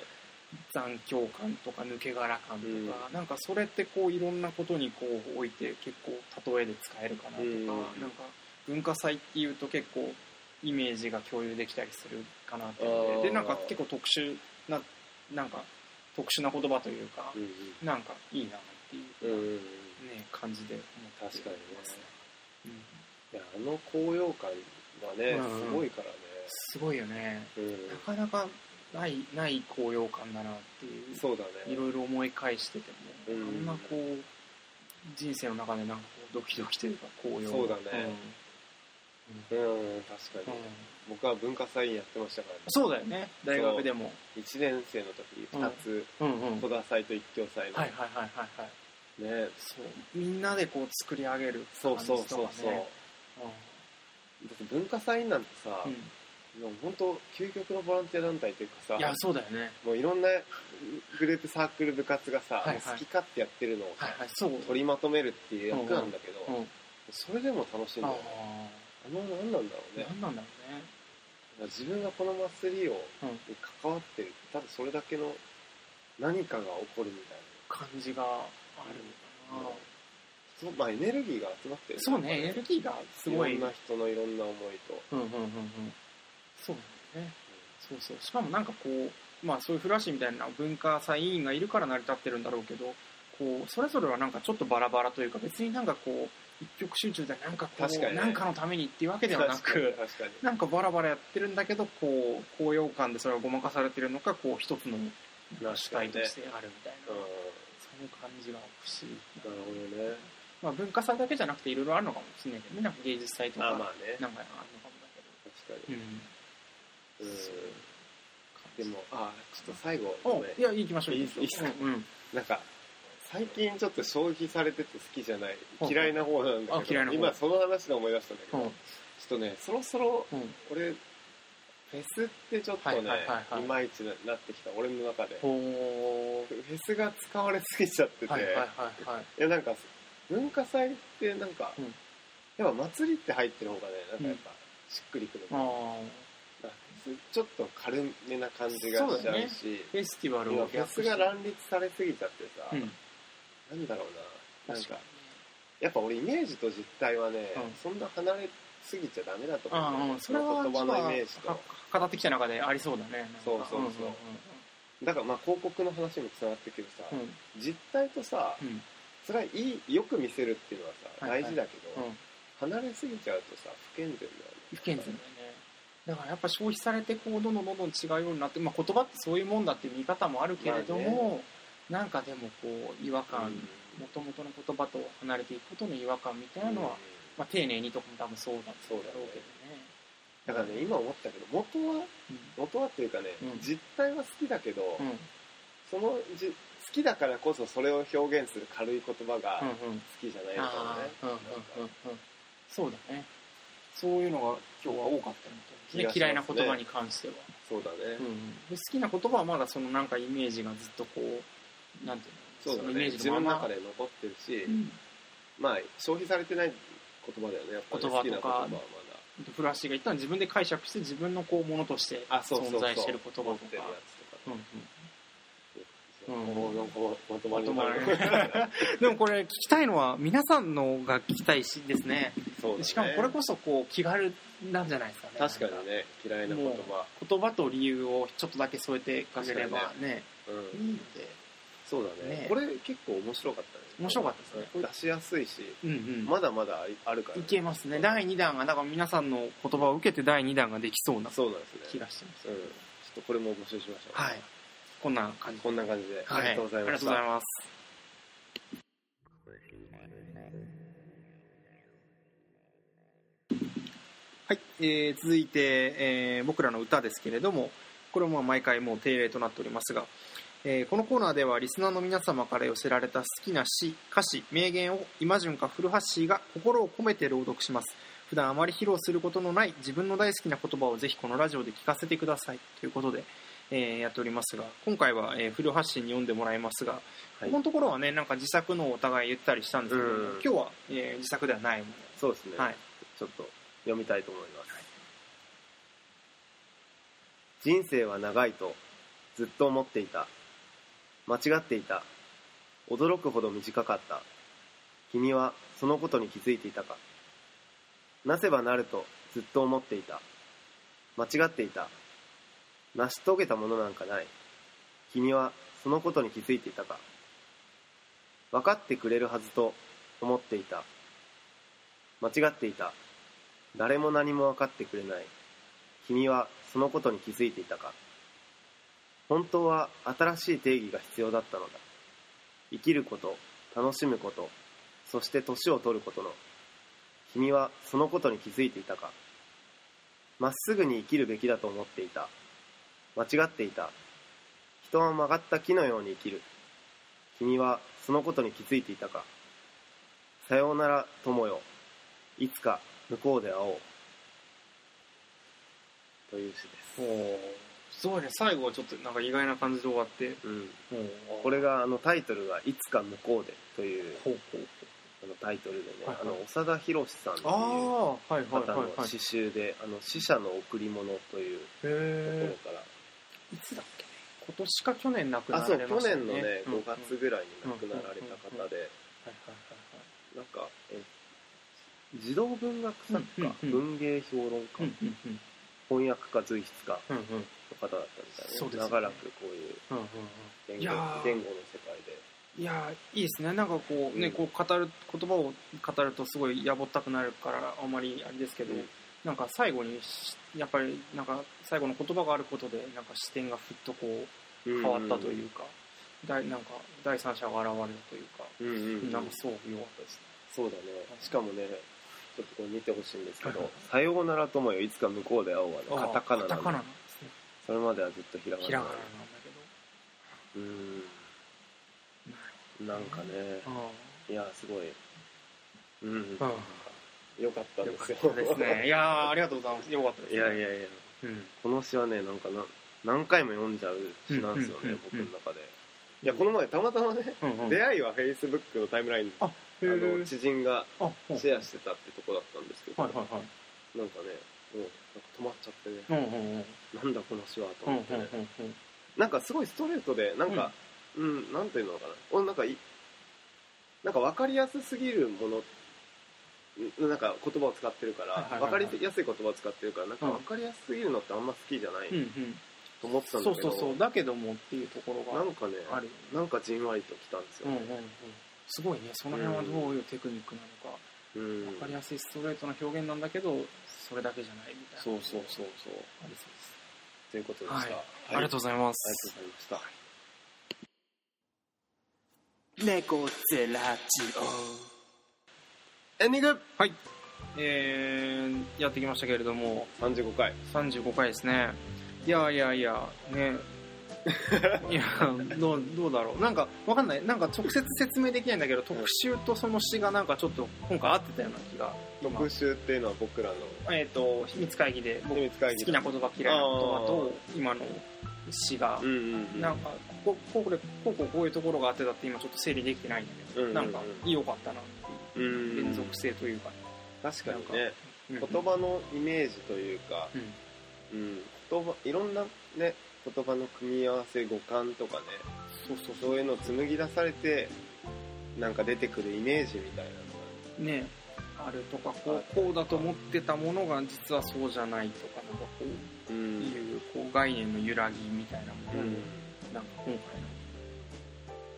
Speaker 1: 残響感とか抜け殻感とか、なんかそれってこういろんなことにこう置いて結構例えで使えるかなとか、
Speaker 2: うん
Speaker 1: なんか文化祭っていうと結構イメージが共有できたりするかなっていうの
Speaker 2: あー
Speaker 1: ででなんか結構特殊ななんか特殊な言葉というか
Speaker 2: う、ん
Speaker 1: なんかいいなっていう、
Speaker 2: うんうんうん
Speaker 1: ね、感じで思って
Speaker 2: 確かにね
Speaker 1: ますね。うん
Speaker 2: いやあの高揚感はね
Speaker 1: うん
Speaker 2: すごいからね
Speaker 1: すごいよねな
Speaker 2: う
Speaker 1: かなかないない高揚感だなってい
Speaker 2: ん
Speaker 1: う
Speaker 2: そうだ
Speaker 1: い
Speaker 2: ね
Speaker 1: ろいろ思い返してても、
Speaker 2: うん
Speaker 1: あんなこう人生の中でなんかこうドキドキというか高揚
Speaker 2: そうだね
Speaker 1: う
Speaker 2: うん、確かに。僕は文化祭やってましたからね。
Speaker 1: そうだよね大学でも
Speaker 2: 1年生の時、2つ、
Speaker 1: うんうん
Speaker 2: 戸田祭と一強祭の。
Speaker 1: はいはいはいはいはい
Speaker 2: ね。
Speaker 1: そうみんなでこう作り上げる
Speaker 2: そうそ
Speaker 1: 感
Speaker 2: うそう
Speaker 1: じと
Speaker 2: そ
Speaker 1: か
Speaker 2: う。
Speaker 1: ね
Speaker 2: だって文化祭なんてさ、
Speaker 1: うん
Speaker 2: もう本当究極のボランティア団体っていうかさ
Speaker 1: いやそうだよね
Speaker 2: もういろんなグループサークル部活がさ、
Speaker 1: はいはい
Speaker 2: もう好き勝手やってるのを
Speaker 1: はいはいそう
Speaker 2: 取りまとめるっていう役なんだけど、
Speaker 1: うん
Speaker 2: それでも楽しいんだ
Speaker 1: あ
Speaker 2: よねあの何なんだろう
Speaker 1: あ
Speaker 2: ね
Speaker 1: 何なんだろうね
Speaker 2: 自分がこの祭りを
Speaker 1: うん
Speaker 2: に関わってるただそれだけの何かが起こるみた
Speaker 1: 感じがあるのか、
Speaker 2: いなそうまあエネルギーが集まってる
Speaker 1: なそうねエネルギーがすごい
Speaker 2: いろんな人のいろんな思いと
Speaker 1: うんうんうんうんそうなんだよねそうそうしかもなんかこうまあそういうフラッシュみたいな文化祭委員がいるから成り立ってるんだろうけどこうそれぞれはなんかちょっとバラバラというか別になんかこう一極集中でなんかこう
Speaker 2: 確かにね
Speaker 1: なんかのためにっていうわけではなく
Speaker 2: 確かに確かに
Speaker 1: なんかバラバラやってるんだけどこう高揚感でそれがごまかされてるのかこう一つのなんか主体としてあるみたいな、
Speaker 2: う
Speaker 1: そういう感じが不思議な、
Speaker 2: んなるほどね
Speaker 1: まあ、文化祭だけじゃなくていろいろあるのかもしれないけどねなんか芸術祭と
Speaker 2: あ
Speaker 1: か
Speaker 2: まあね
Speaker 1: なんかあるのかもだけ
Speaker 2: 確か
Speaker 1: ど、うん
Speaker 2: に
Speaker 1: そう
Speaker 2: うんでもあちょっと最後
Speaker 1: お
Speaker 2: ごめん
Speaker 1: いや行きましょう
Speaker 2: いいっす
Speaker 1: 行きましょううんうん
Speaker 2: なんか最近ちょっと消費されてて好きじゃない
Speaker 1: うん
Speaker 2: 嫌いな方なんだ
Speaker 1: あ
Speaker 2: け
Speaker 1: 嫌い
Speaker 2: ど
Speaker 1: な方
Speaker 2: 今その話で思い出したんだけど
Speaker 1: う
Speaker 2: ちょ
Speaker 1: ん
Speaker 2: っとねそろそろ
Speaker 1: うん
Speaker 2: 俺フェスってちょっと
Speaker 1: はい
Speaker 2: ね
Speaker 1: はいはいはい
Speaker 2: いまいちななってきた俺の中でフ
Speaker 1: ほ
Speaker 2: ェスが使われすぎちゃって
Speaker 1: う
Speaker 2: て
Speaker 1: はいはいはいはい
Speaker 2: いやなんか文化祭ってなんか
Speaker 1: うん
Speaker 2: やっぱ祭りって入ってる方がねなんかやっぱしっくりくる
Speaker 1: ああ
Speaker 2: なんかフェスちょっと軽めな感じがしちゃうし
Speaker 1: フェスティバル
Speaker 2: 今
Speaker 1: を
Speaker 2: フェスが乱立されすぎちゃってさ、
Speaker 1: うん
Speaker 2: なんだろうななん
Speaker 1: 確か
Speaker 2: か
Speaker 1: に
Speaker 2: やっぱ俺イメージと実態はね、
Speaker 1: うん
Speaker 2: そんな離れすぎちゃダメだと思うんだ
Speaker 1: あ
Speaker 2: よ
Speaker 1: あうんそれは
Speaker 2: 言葉のイメージ
Speaker 1: は
Speaker 2: と
Speaker 1: 語ってきた中でありそうだねなんか
Speaker 2: そうそうそうだからまあ広告の話にもつながってくるさ、
Speaker 1: うんうんうん
Speaker 2: 実態とさ
Speaker 1: うんうん
Speaker 2: それはいいよく見せるっていうのは
Speaker 1: は
Speaker 2: さ
Speaker 1: いはい
Speaker 2: 大事だけど、
Speaker 1: うん
Speaker 2: 離れすぎちゃうとさ不健全だよね
Speaker 1: 不健全だよねだからやっぱ消費されてこうどんどんどんどん違うようになって、まあ、言葉ってそういうもんだっていう見方もあるけれども、
Speaker 2: まあ
Speaker 1: なんかでもこう違和感もともとの言葉と離れていくことの違和感みたいなのは、まあ、丁寧にとかも多分そうだ
Speaker 2: そうだね
Speaker 1: ろう
Speaker 2: だからね今思ったけど元は
Speaker 1: けどね
Speaker 2: 元はっていうかね、
Speaker 1: うん
Speaker 2: 実態は好きだけど、
Speaker 1: うんうん
Speaker 2: そのじ好きだからこそそれを表現する軽い言葉が好
Speaker 1: うんうん
Speaker 2: きじゃないのかも
Speaker 1: あ
Speaker 2: ね、
Speaker 1: あうんうんうんうんそうだねそういうのが今日は多かったみたいですね
Speaker 2: 気が
Speaker 1: 嫌いな
Speaker 2: しますね
Speaker 1: 言葉に関しては、
Speaker 2: そうだね、
Speaker 1: うんうんで好きな言葉はまだそのなんかイメージがずっとこうなんてい
Speaker 2: そうう
Speaker 1: ののイ
Speaker 2: だね
Speaker 1: メー
Speaker 2: 自
Speaker 1: ジ
Speaker 2: 分の
Speaker 1: ま
Speaker 2: 中
Speaker 1: ま
Speaker 2: で残ってるし、
Speaker 1: うん
Speaker 2: まあ消費されてない言葉だよねやっぱり、
Speaker 1: 言葉
Speaker 2: 好きな
Speaker 1: と
Speaker 2: 言葉
Speaker 1: か
Speaker 2: はま
Speaker 1: フラッシュが一旦自分で解釈して自分のこうものとして
Speaker 2: だあそうそうそ
Speaker 1: 存
Speaker 2: う
Speaker 1: 在してる言葉と
Speaker 2: 持
Speaker 1: か
Speaker 2: ってるや
Speaker 1: うん
Speaker 2: つと
Speaker 1: う
Speaker 2: か、
Speaker 1: ん
Speaker 2: もうなんかまとま
Speaker 1: うん
Speaker 2: り
Speaker 1: 言
Speaker 2: ま
Speaker 1: 葉
Speaker 2: る
Speaker 1: ねでもこれ聞きたいのは皆さんのが聞きたいしですね
Speaker 2: そうだね
Speaker 1: しかもこれこそこう気軽なんじゃないですかね
Speaker 2: 確かにね嫌いな言
Speaker 1: もう
Speaker 2: 葉、
Speaker 1: 言葉と理由をちょっとだけ添えてかければね
Speaker 2: うん
Speaker 1: いいので
Speaker 2: そうだね
Speaker 1: ね
Speaker 2: これ結構面白かったね
Speaker 1: 面白かったですね
Speaker 2: 出しやすいし
Speaker 1: うんうん、
Speaker 2: まだまだありあるから、
Speaker 1: いけますね第2弾がだから皆さんの言葉を受けて第2弾ができそうな
Speaker 2: そうなんです
Speaker 1: 気
Speaker 2: ね
Speaker 1: がしてます
Speaker 2: うんちょっとこれも募集しましょう
Speaker 1: はいこんな感じ
Speaker 2: こんな感じで、
Speaker 1: はい
Speaker 2: ありがとうござい
Speaker 1: あり
Speaker 2: ま
Speaker 1: が
Speaker 2: し
Speaker 1: とうご
Speaker 2: た
Speaker 1: ざいますはい、えー続いて、えー僕らの歌ですけれどもこれも毎回もう定例となっておりますが、えーこのコーナーではリスナーの皆様から寄せられた好きな詩歌詞名言をイマジュンか古橋が心を込めて朗読します普段あまり披露することのない自分の大好きな言葉をぜひこのラジオで聞かせてくださいということで、えーやっておりますが今回は、えー古橋に読んでもらいますが、こ
Speaker 2: はい
Speaker 1: このところはねなんか自作のをお互い言ったりしたんですけども、
Speaker 2: うん
Speaker 1: 今日は、えー自作ではないも
Speaker 2: そうですね、
Speaker 1: の、はい、
Speaker 2: ちょっと読みたいと思います、人生は長いとずっと思っていた間違っていた驚くほど短かった君はそのことに気づいていたかなせばなるとずっと思っていた間違っていた成し遂げたものなんかない君はそのことに気づいていたか分かってくれるはずと思っていた間違っていた誰も何も分かってくれない君はそのことに気づいていたか本当は新しい定義が必要だったのだ生きること楽しむことそして年を取ることの
Speaker 3: 君はそのことに気づいていたかまっすぐに生きるべきだと思っていた間違っていた人は曲がった木のように生きる君はそのことに気づいていたかさようなら友よいつか向こうで会おうという詩です、
Speaker 1: おすごいね最後はちょっとなんか意外な感じで終わって
Speaker 3: うん、
Speaker 1: こ
Speaker 3: これがあのタイトルが「いつか向こうで」という
Speaker 1: ほうほう
Speaker 3: あのタイトルでね、
Speaker 1: はいはい
Speaker 3: あの長田博さんっていう
Speaker 1: ああはいはい
Speaker 3: 方
Speaker 1: はい
Speaker 3: の
Speaker 1: はい
Speaker 3: 詩集で「あの死者の贈り物」というところ
Speaker 1: へ
Speaker 3: から、
Speaker 1: えいつだっけね今年か去年亡くな
Speaker 3: あそ
Speaker 1: ら
Speaker 3: う
Speaker 1: れ
Speaker 3: 去
Speaker 1: ましたよ
Speaker 3: 年のね5月ぐらいに亡くなられた方で、
Speaker 1: はいは
Speaker 3: なんかえ児童文学作家、
Speaker 1: うんうんうん
Speaker 3: 文芸評論家、
Speaker 1: いはいはいうんうんうん
Speaker 3: 翻訳家随筆家
Speaker 1: うんうん
Speaker 3: の方だったみたいで
Speaker 1: そうですよね
Speaker 3: 長らくこういう
Speaker 1: うんうんうん
Speaker 3: 言
Speaker 1: い
Speaker 3: 語
Speaker 1: やー
Speaker 3: 言語の世界で
Speaker 1: いやーいいですねなんかこうね、
Speaker 3: うん
Speaker 1: こう語る言葉を語るとすごいやぼったくなるからあんまりあれですけど、
Speaker 3: うん
Speaker 1: なんか最後にしやっぱりなんか最後の言葉があることでなんか視点がふっとこう変わったというか、だいなんか第三者が現れたというか、
Speaker 3: うんうんうん
Speaker 1: なんかすごく良かったですね
Speaker 3: そうだねしかもねちょっとこれ見てほしいんですけど「さようなら友よいつか向こうで会おう」はねカタカナ
Speaker 1: カタカ
Speaker 3: な
Speaker 1: ナなん
Speaker 3: の
Speaker 1: ですね
Speaker 3: それまではずっとひらがな
Speaker 1: ひらがななんだ
Speaker 3: うんなんかね
Speaker 1: けど
Speaker 3: いやすごいうん
Speaker 1: うん
Speaker 3: よかった
Speaker 1: うんよ
Speaker 3: で
Speaker 1: か
Speaker 3: すよ
Speaker 1: ったですねいやーありがとうございますよかったです
Speaker 3: い
Speaker 1: ね
Speaker 3: やいやいや
Speaker 1: うん
Speaker 3: この詩はねなんかな何回も読んじゃう詩なんですよ
Speaker 1: うんう
Speaker 3: ね
Speaker 1: ん
Speaker 3: 僕の中で
Speaker 2: いやこの前たまたまね
Speaker 1: うんうん
Speaker 2: 出会いはフェイスブックのタイムラインあ
Speaker 1: へ
Speaker 2: の
Speaker 1: ー
Speaker 2: 知人が
Speaker 1: あは
Speaker 2: シェアしてたってとこだったんですけど、
Speaker 1: いはいはい
Speaker 2: なんかねもうなんか止まっちゃってね
Speaker 1: うんうんうん
Speaker 2: なんだこの詩はと
Speaker 1: うんう
Speaker 2: 思
Speaker 1: ん
Speaker 2: って、
Speaker 1: うんうん
Speaker 2: なんかすごいストレートでなんか、うんなんていうのかな俺なんかいなんか分かりやすすぎるものんなんか言葉を使ってるから、
Speaker 1: はいはいはいはい
Speaker 2: 分かりやすい言葉を使ってるからなんか
Speaker 1: うん
Speaker 2: 分かりやすすぎるのってあんま好きじゃない、
Speaker 1: うんうん
Speaker 2: と思ってたん
Speaker 1: そう
Speaker 2: だけ
Speaker 1: そ
Speaker 2: ど
Speaker 1: うそうだけどもっていうところ
Speaker 2: な
Speaker 1: が
Speaker 2: んかね
Speaker 1: あるよね
Speaker 2: なんかじんわりときたんですよ
Speaker 1: うんうん
Speaker 2: ね、
Speaker 1: うんすごいねその辺はどういうテクニックなのか
Speaker 2: うん
Speaker 1: 分かりやすいストレートな表現なんだけどそれだけじゃないみたいな
Speaker 3: そうそうそうそう
Speaker 1: ありそうです
Speaker 3: ということでした、
Speaker 1: はい
Speaker 3: はい
Speaker 1: ありがとうございま
Speaker 3: あり
Speaker 1: す
Speaker 3: がとうございました
Speaker 4: 猫ゼラチ
Speaker 2: エンディング
Speaker 1: はい、えー、やってきましたけれども
Speaker 2: 35回
Speaker 1: 35回ですねいやいやいや ねいやどうどうだろうなんかわかんないなんか直接説明できないんだけど特集とその詩がなんかちょっと今回合ってたような気が
Speaker 2: 特集っていうのは僕らの
Speaker 1: えっ、と秘密会議で僕
Speaker 2: 秘
Speaker 1: 好
Speaker 2: 密会議
Speaker 1: きな言葉嫌いな言葉と今の詩が
Speaker 2: うんうんうん
Speaker 1: なんかこここでこうこうこういうところが合ってたって今ちょっと整理できてないんだけど、
Speaker 2: うん
Speaker 1: なんか良かったなっていう
Speaker 2: うん
Speaker 1: 連続性というか、
Speaker 2: 確かに
Speaker 1: な
Speaker 2: ね
Speaker 1: うん
Speaker 2: 言葉のイメージというか、
Speaker 1: うん
Speaker 2: うん、言葉いろんなね言葉の組み合わせ語感とかね
Speaker 1: そうそうそ
Speaker 2: そういうのを紡ぎ出されてなんか出てくるイメージみたいなのが
Speaker 1: うねあるとかこうこうだと思ってたものが実はそうじゃないとかなんかこう
Speaker 2: う
Speaker 1: いうこう概念の揺らぎみたいなも
Speaker 2: う
Speaker 1: のを、
Speaker 2: ん
Speaker 1: なんか今回の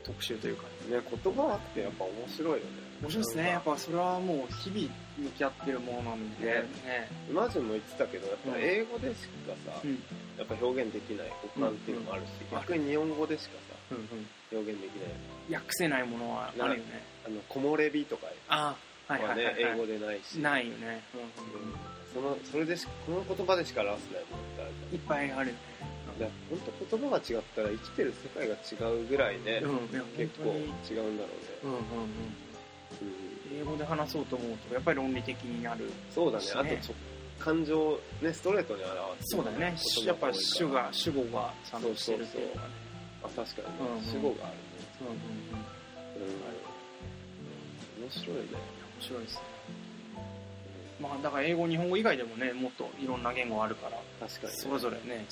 Speaker 1: 特集というか
Speaker 2: ね、言葉ってやっぱ面白いよね
Speaker 1: 面白いですねやっぱそれはもう日々向き合ってるものなんでね
Speaker 2: ねマジも言ってたけどやっぱ英語でしかさ、
Speaker 1: うん
Speaker 2: やっぱ表現できない語感っていうのもあるし、
Speaker 1: うん
Speaker 2: 逆に日本語でしかさ
Speaker 1: うんうん
Speaker 2: 表現できない
Speaker 1: 訳せないものはあるよね
Speaker 2: あの木漏れ日とか
Speaker 1: ああ
Speaker 2: は
Speaker 1: は
Speaker 2: ね、
Speaker 1: いはいはい、はい、
Speaker 2: 英語でないし
Speaker 1: ないよね、うんうんうん
Speaker 2: そのそれでしこの言葉でしか表せないものってある
Speaker 1: いっぱいあるよね
Speaker 2: じゃん本当言葉が違ったら生きてる世界が違うぐらいね、
Speaker 1: うんいや
Speaker 2: 結構
Speaker 1: 本当に
Speaker 2: 違うんだろ
Speaker 1: う
Speaker 2: う
Speaker 1: うんう
Speaker 2: んね、
Speaker 1: ん
Speaker 2: うん
Speaker 1: 英語で話そうと思うとやっぱり論理的になる
Speaker 2: そうだね
Speaker 1: そう
Speaker 2: あ
Speaker 1: ですね
Speaker 2: とちょ感情をねストレートに表す
Speaker 1: そうだね
Speaker 2: 言葉
Speaker 1: やっぱり
Speaker 2: 多い
Speaker 1: 主
Speaker 2: から
Speaker 1: が主語がちゃんとしてるっていうかね
Speaker 2: あ確かに、ね
Speaker 1: うんうん
Speaker 2: 主語がある
Speaker 1: うんうんうん面
Speaker 2: ね、うん、面白いね、
Speaker 1: 白いですねまあだから英語日本語以外でもねもっといろんな言語あるから
Speaker 2: 確かに、ね、
Speaker 1: それぞれね違うんだろ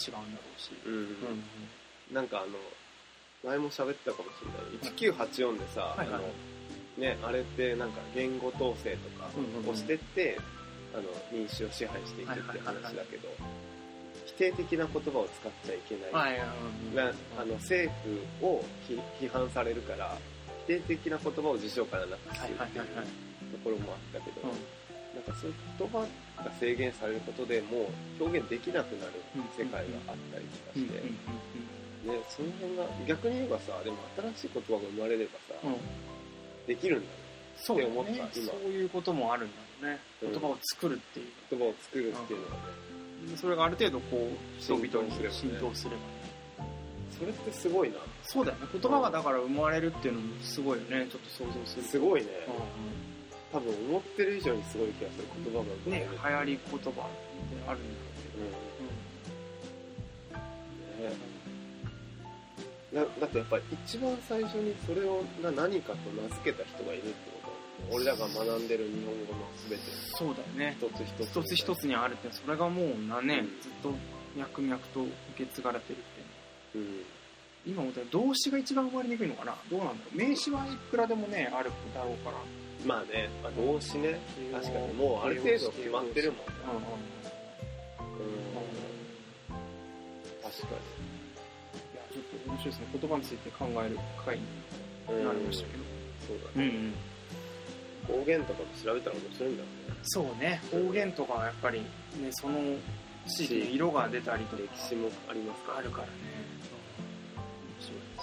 Speaker 1: うし
Speaker 2: うん、
Speaker 1: うんうん
Speaker 2: なんかあの前も喋ってたかもしれない1984でさ、
Speaker 1: はいはい
Speaker 2: あのね、あれってなんか言語統制とか
Speaker 1: うんうんうん
Speaker 2: をしてって、あの民主を支配していくって話だけど、否定的な言葉を使っちゃいけない、
Speaker 1: はい
Speaker 2: なあの政府を批批判されるから否定的な言葉を辞書からなくすっていう
Speaker 1: はいはいはいはい
Speaker 2: ところもあったけど、なんかそういう言葉が制限されることでもう表現できなくなる世界があったりとか
Speaker 1: うんうん
Speaker 2: して、ね、その辺が逆に言えばさでも新しい言葉が生まれればさ、
Speaker 1: うんうんうん
Speaker 2: できるんだよ
Speaker 1: そうだ
Speaker 2: って思っ
Speaker 1: ね
Speaker 2: た
Speaker 1: そう
Speaker 2: 今
Speaker 1: いうこともあるんだね
Speaker 2: うん
Speaker 1: 言葉を作るっていう
Speaker 2: 言葉を作るっていうのはね
Speaker 1: それがある程度こう人々に浸
Speaker 2: 浸
Speaker 1: 透
Speaker 2: 透
Speaker 1: すれば
Speaker 2: それってすごいな
Speaker 1: そうだよね言葉がだから生まれるっていうのもすごいよねちょっと想像する
Speaker 2: す
Speaker 1: い
Speaker 2: ごいね
Speaker 1: う
Speaker 2: 多分思ってる以上にすごい気がする言葉が生
Speaker 1: ん
Speaker 2: まれ
Speaker 1: ね
Speaker 2: る
Speaker 1: 流行り言葉ってあるんだ
Speaker 2: うんねなだってやっぱ一番最初にそれをな何かと名付けた人がいるってこと俺らが学んでる日本語の全て
Speaker 1: けどそうだよね
Speaker 2: 一つ一つ
Speaker 1: 一つ一つにあるってそれがもう何年、
Speaker 2: うん
Speaker 1: ずっと脈々と受け継がれてるって
Speaker 2: うん
Speaker 1: 今思ったら動詞が一番生まれにくいのかなどうなんだろう名詞はいくらでもねあるだろうから
Speaker 2: まあね、まあ、動詞ね確かにもうある程度決まってるもんね
Speaker 1: うんうんうん
Speaker 2: うん確か
Speaker 1: いやちょっと面白いですね言葉について考える回に
Speaker 2: にうん
Speaker 1: なりましたけど
Speaker 2: そうだね
Speaker 1: うん、うん、
Speaker 2: 方言とかも調べたら面白いんだろうね
Speaker 1: そうね方言とかはやっぱりねその地域の色が出たりとか
Speaker 2: 歴史もありますから
Speaker 1: あるからね面白いです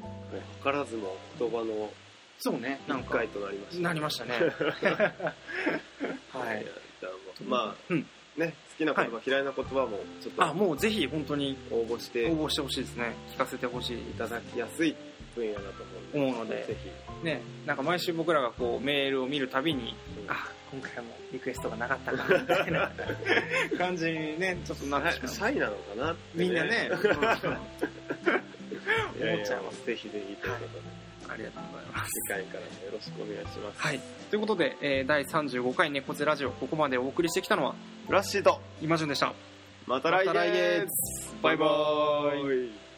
Speaker 1: よ
Speaker 2: ね図らずも言葉の
Speaker 1: そうねなん
Speaker 2: 一
Speaker 1: か
Speaker 2: 回となりました
Speaker 1: なりま したねは
Speaker 2: はいいじゃあもうま
Speaker 1: うん
Speaker 2: あね好きな言葉、嫌いな言葉もちょっ
Speaker 1: あ
Speaker 2: と
Speaker 1: もうぜひ本当に
Speaker 2: 応募してい
Speaker 1: 応募してほしいですね聞かせてほしい
Speaker 2: ただきやすい分野だと思う
Speaker 1: 思うので
Speaker 2: ぜ
Speaker 1: ねなんか毎週僕らがこうメールを見るたびに
Speaker 2: ひ、うん
Speaker 1: あ今回もリクエストがなかったかみたいな感じにねちょっとなってしまう
Speaker 2: シャイなのかなって
Speaker 1: みんなね、
Speaker 2: やや
Speaker 1: 思っちゃいます
Speaker 2: ぜひぜひということで
Speaker 1: ありがとうございます。
Speaker 2: 次回からもよろしくお願いします
Speaker 1: はい。ということで、えー第35回猫背ラジオ、ここまでお送りしてきたのは、
Speaker 2: ラッシーと
Speaker 1: イマジュンでした。
Speaker 2: また来
Speaker 1: また来
Speaker 2: 月
Speaker 1: 月
Speaker 2: バイバーイ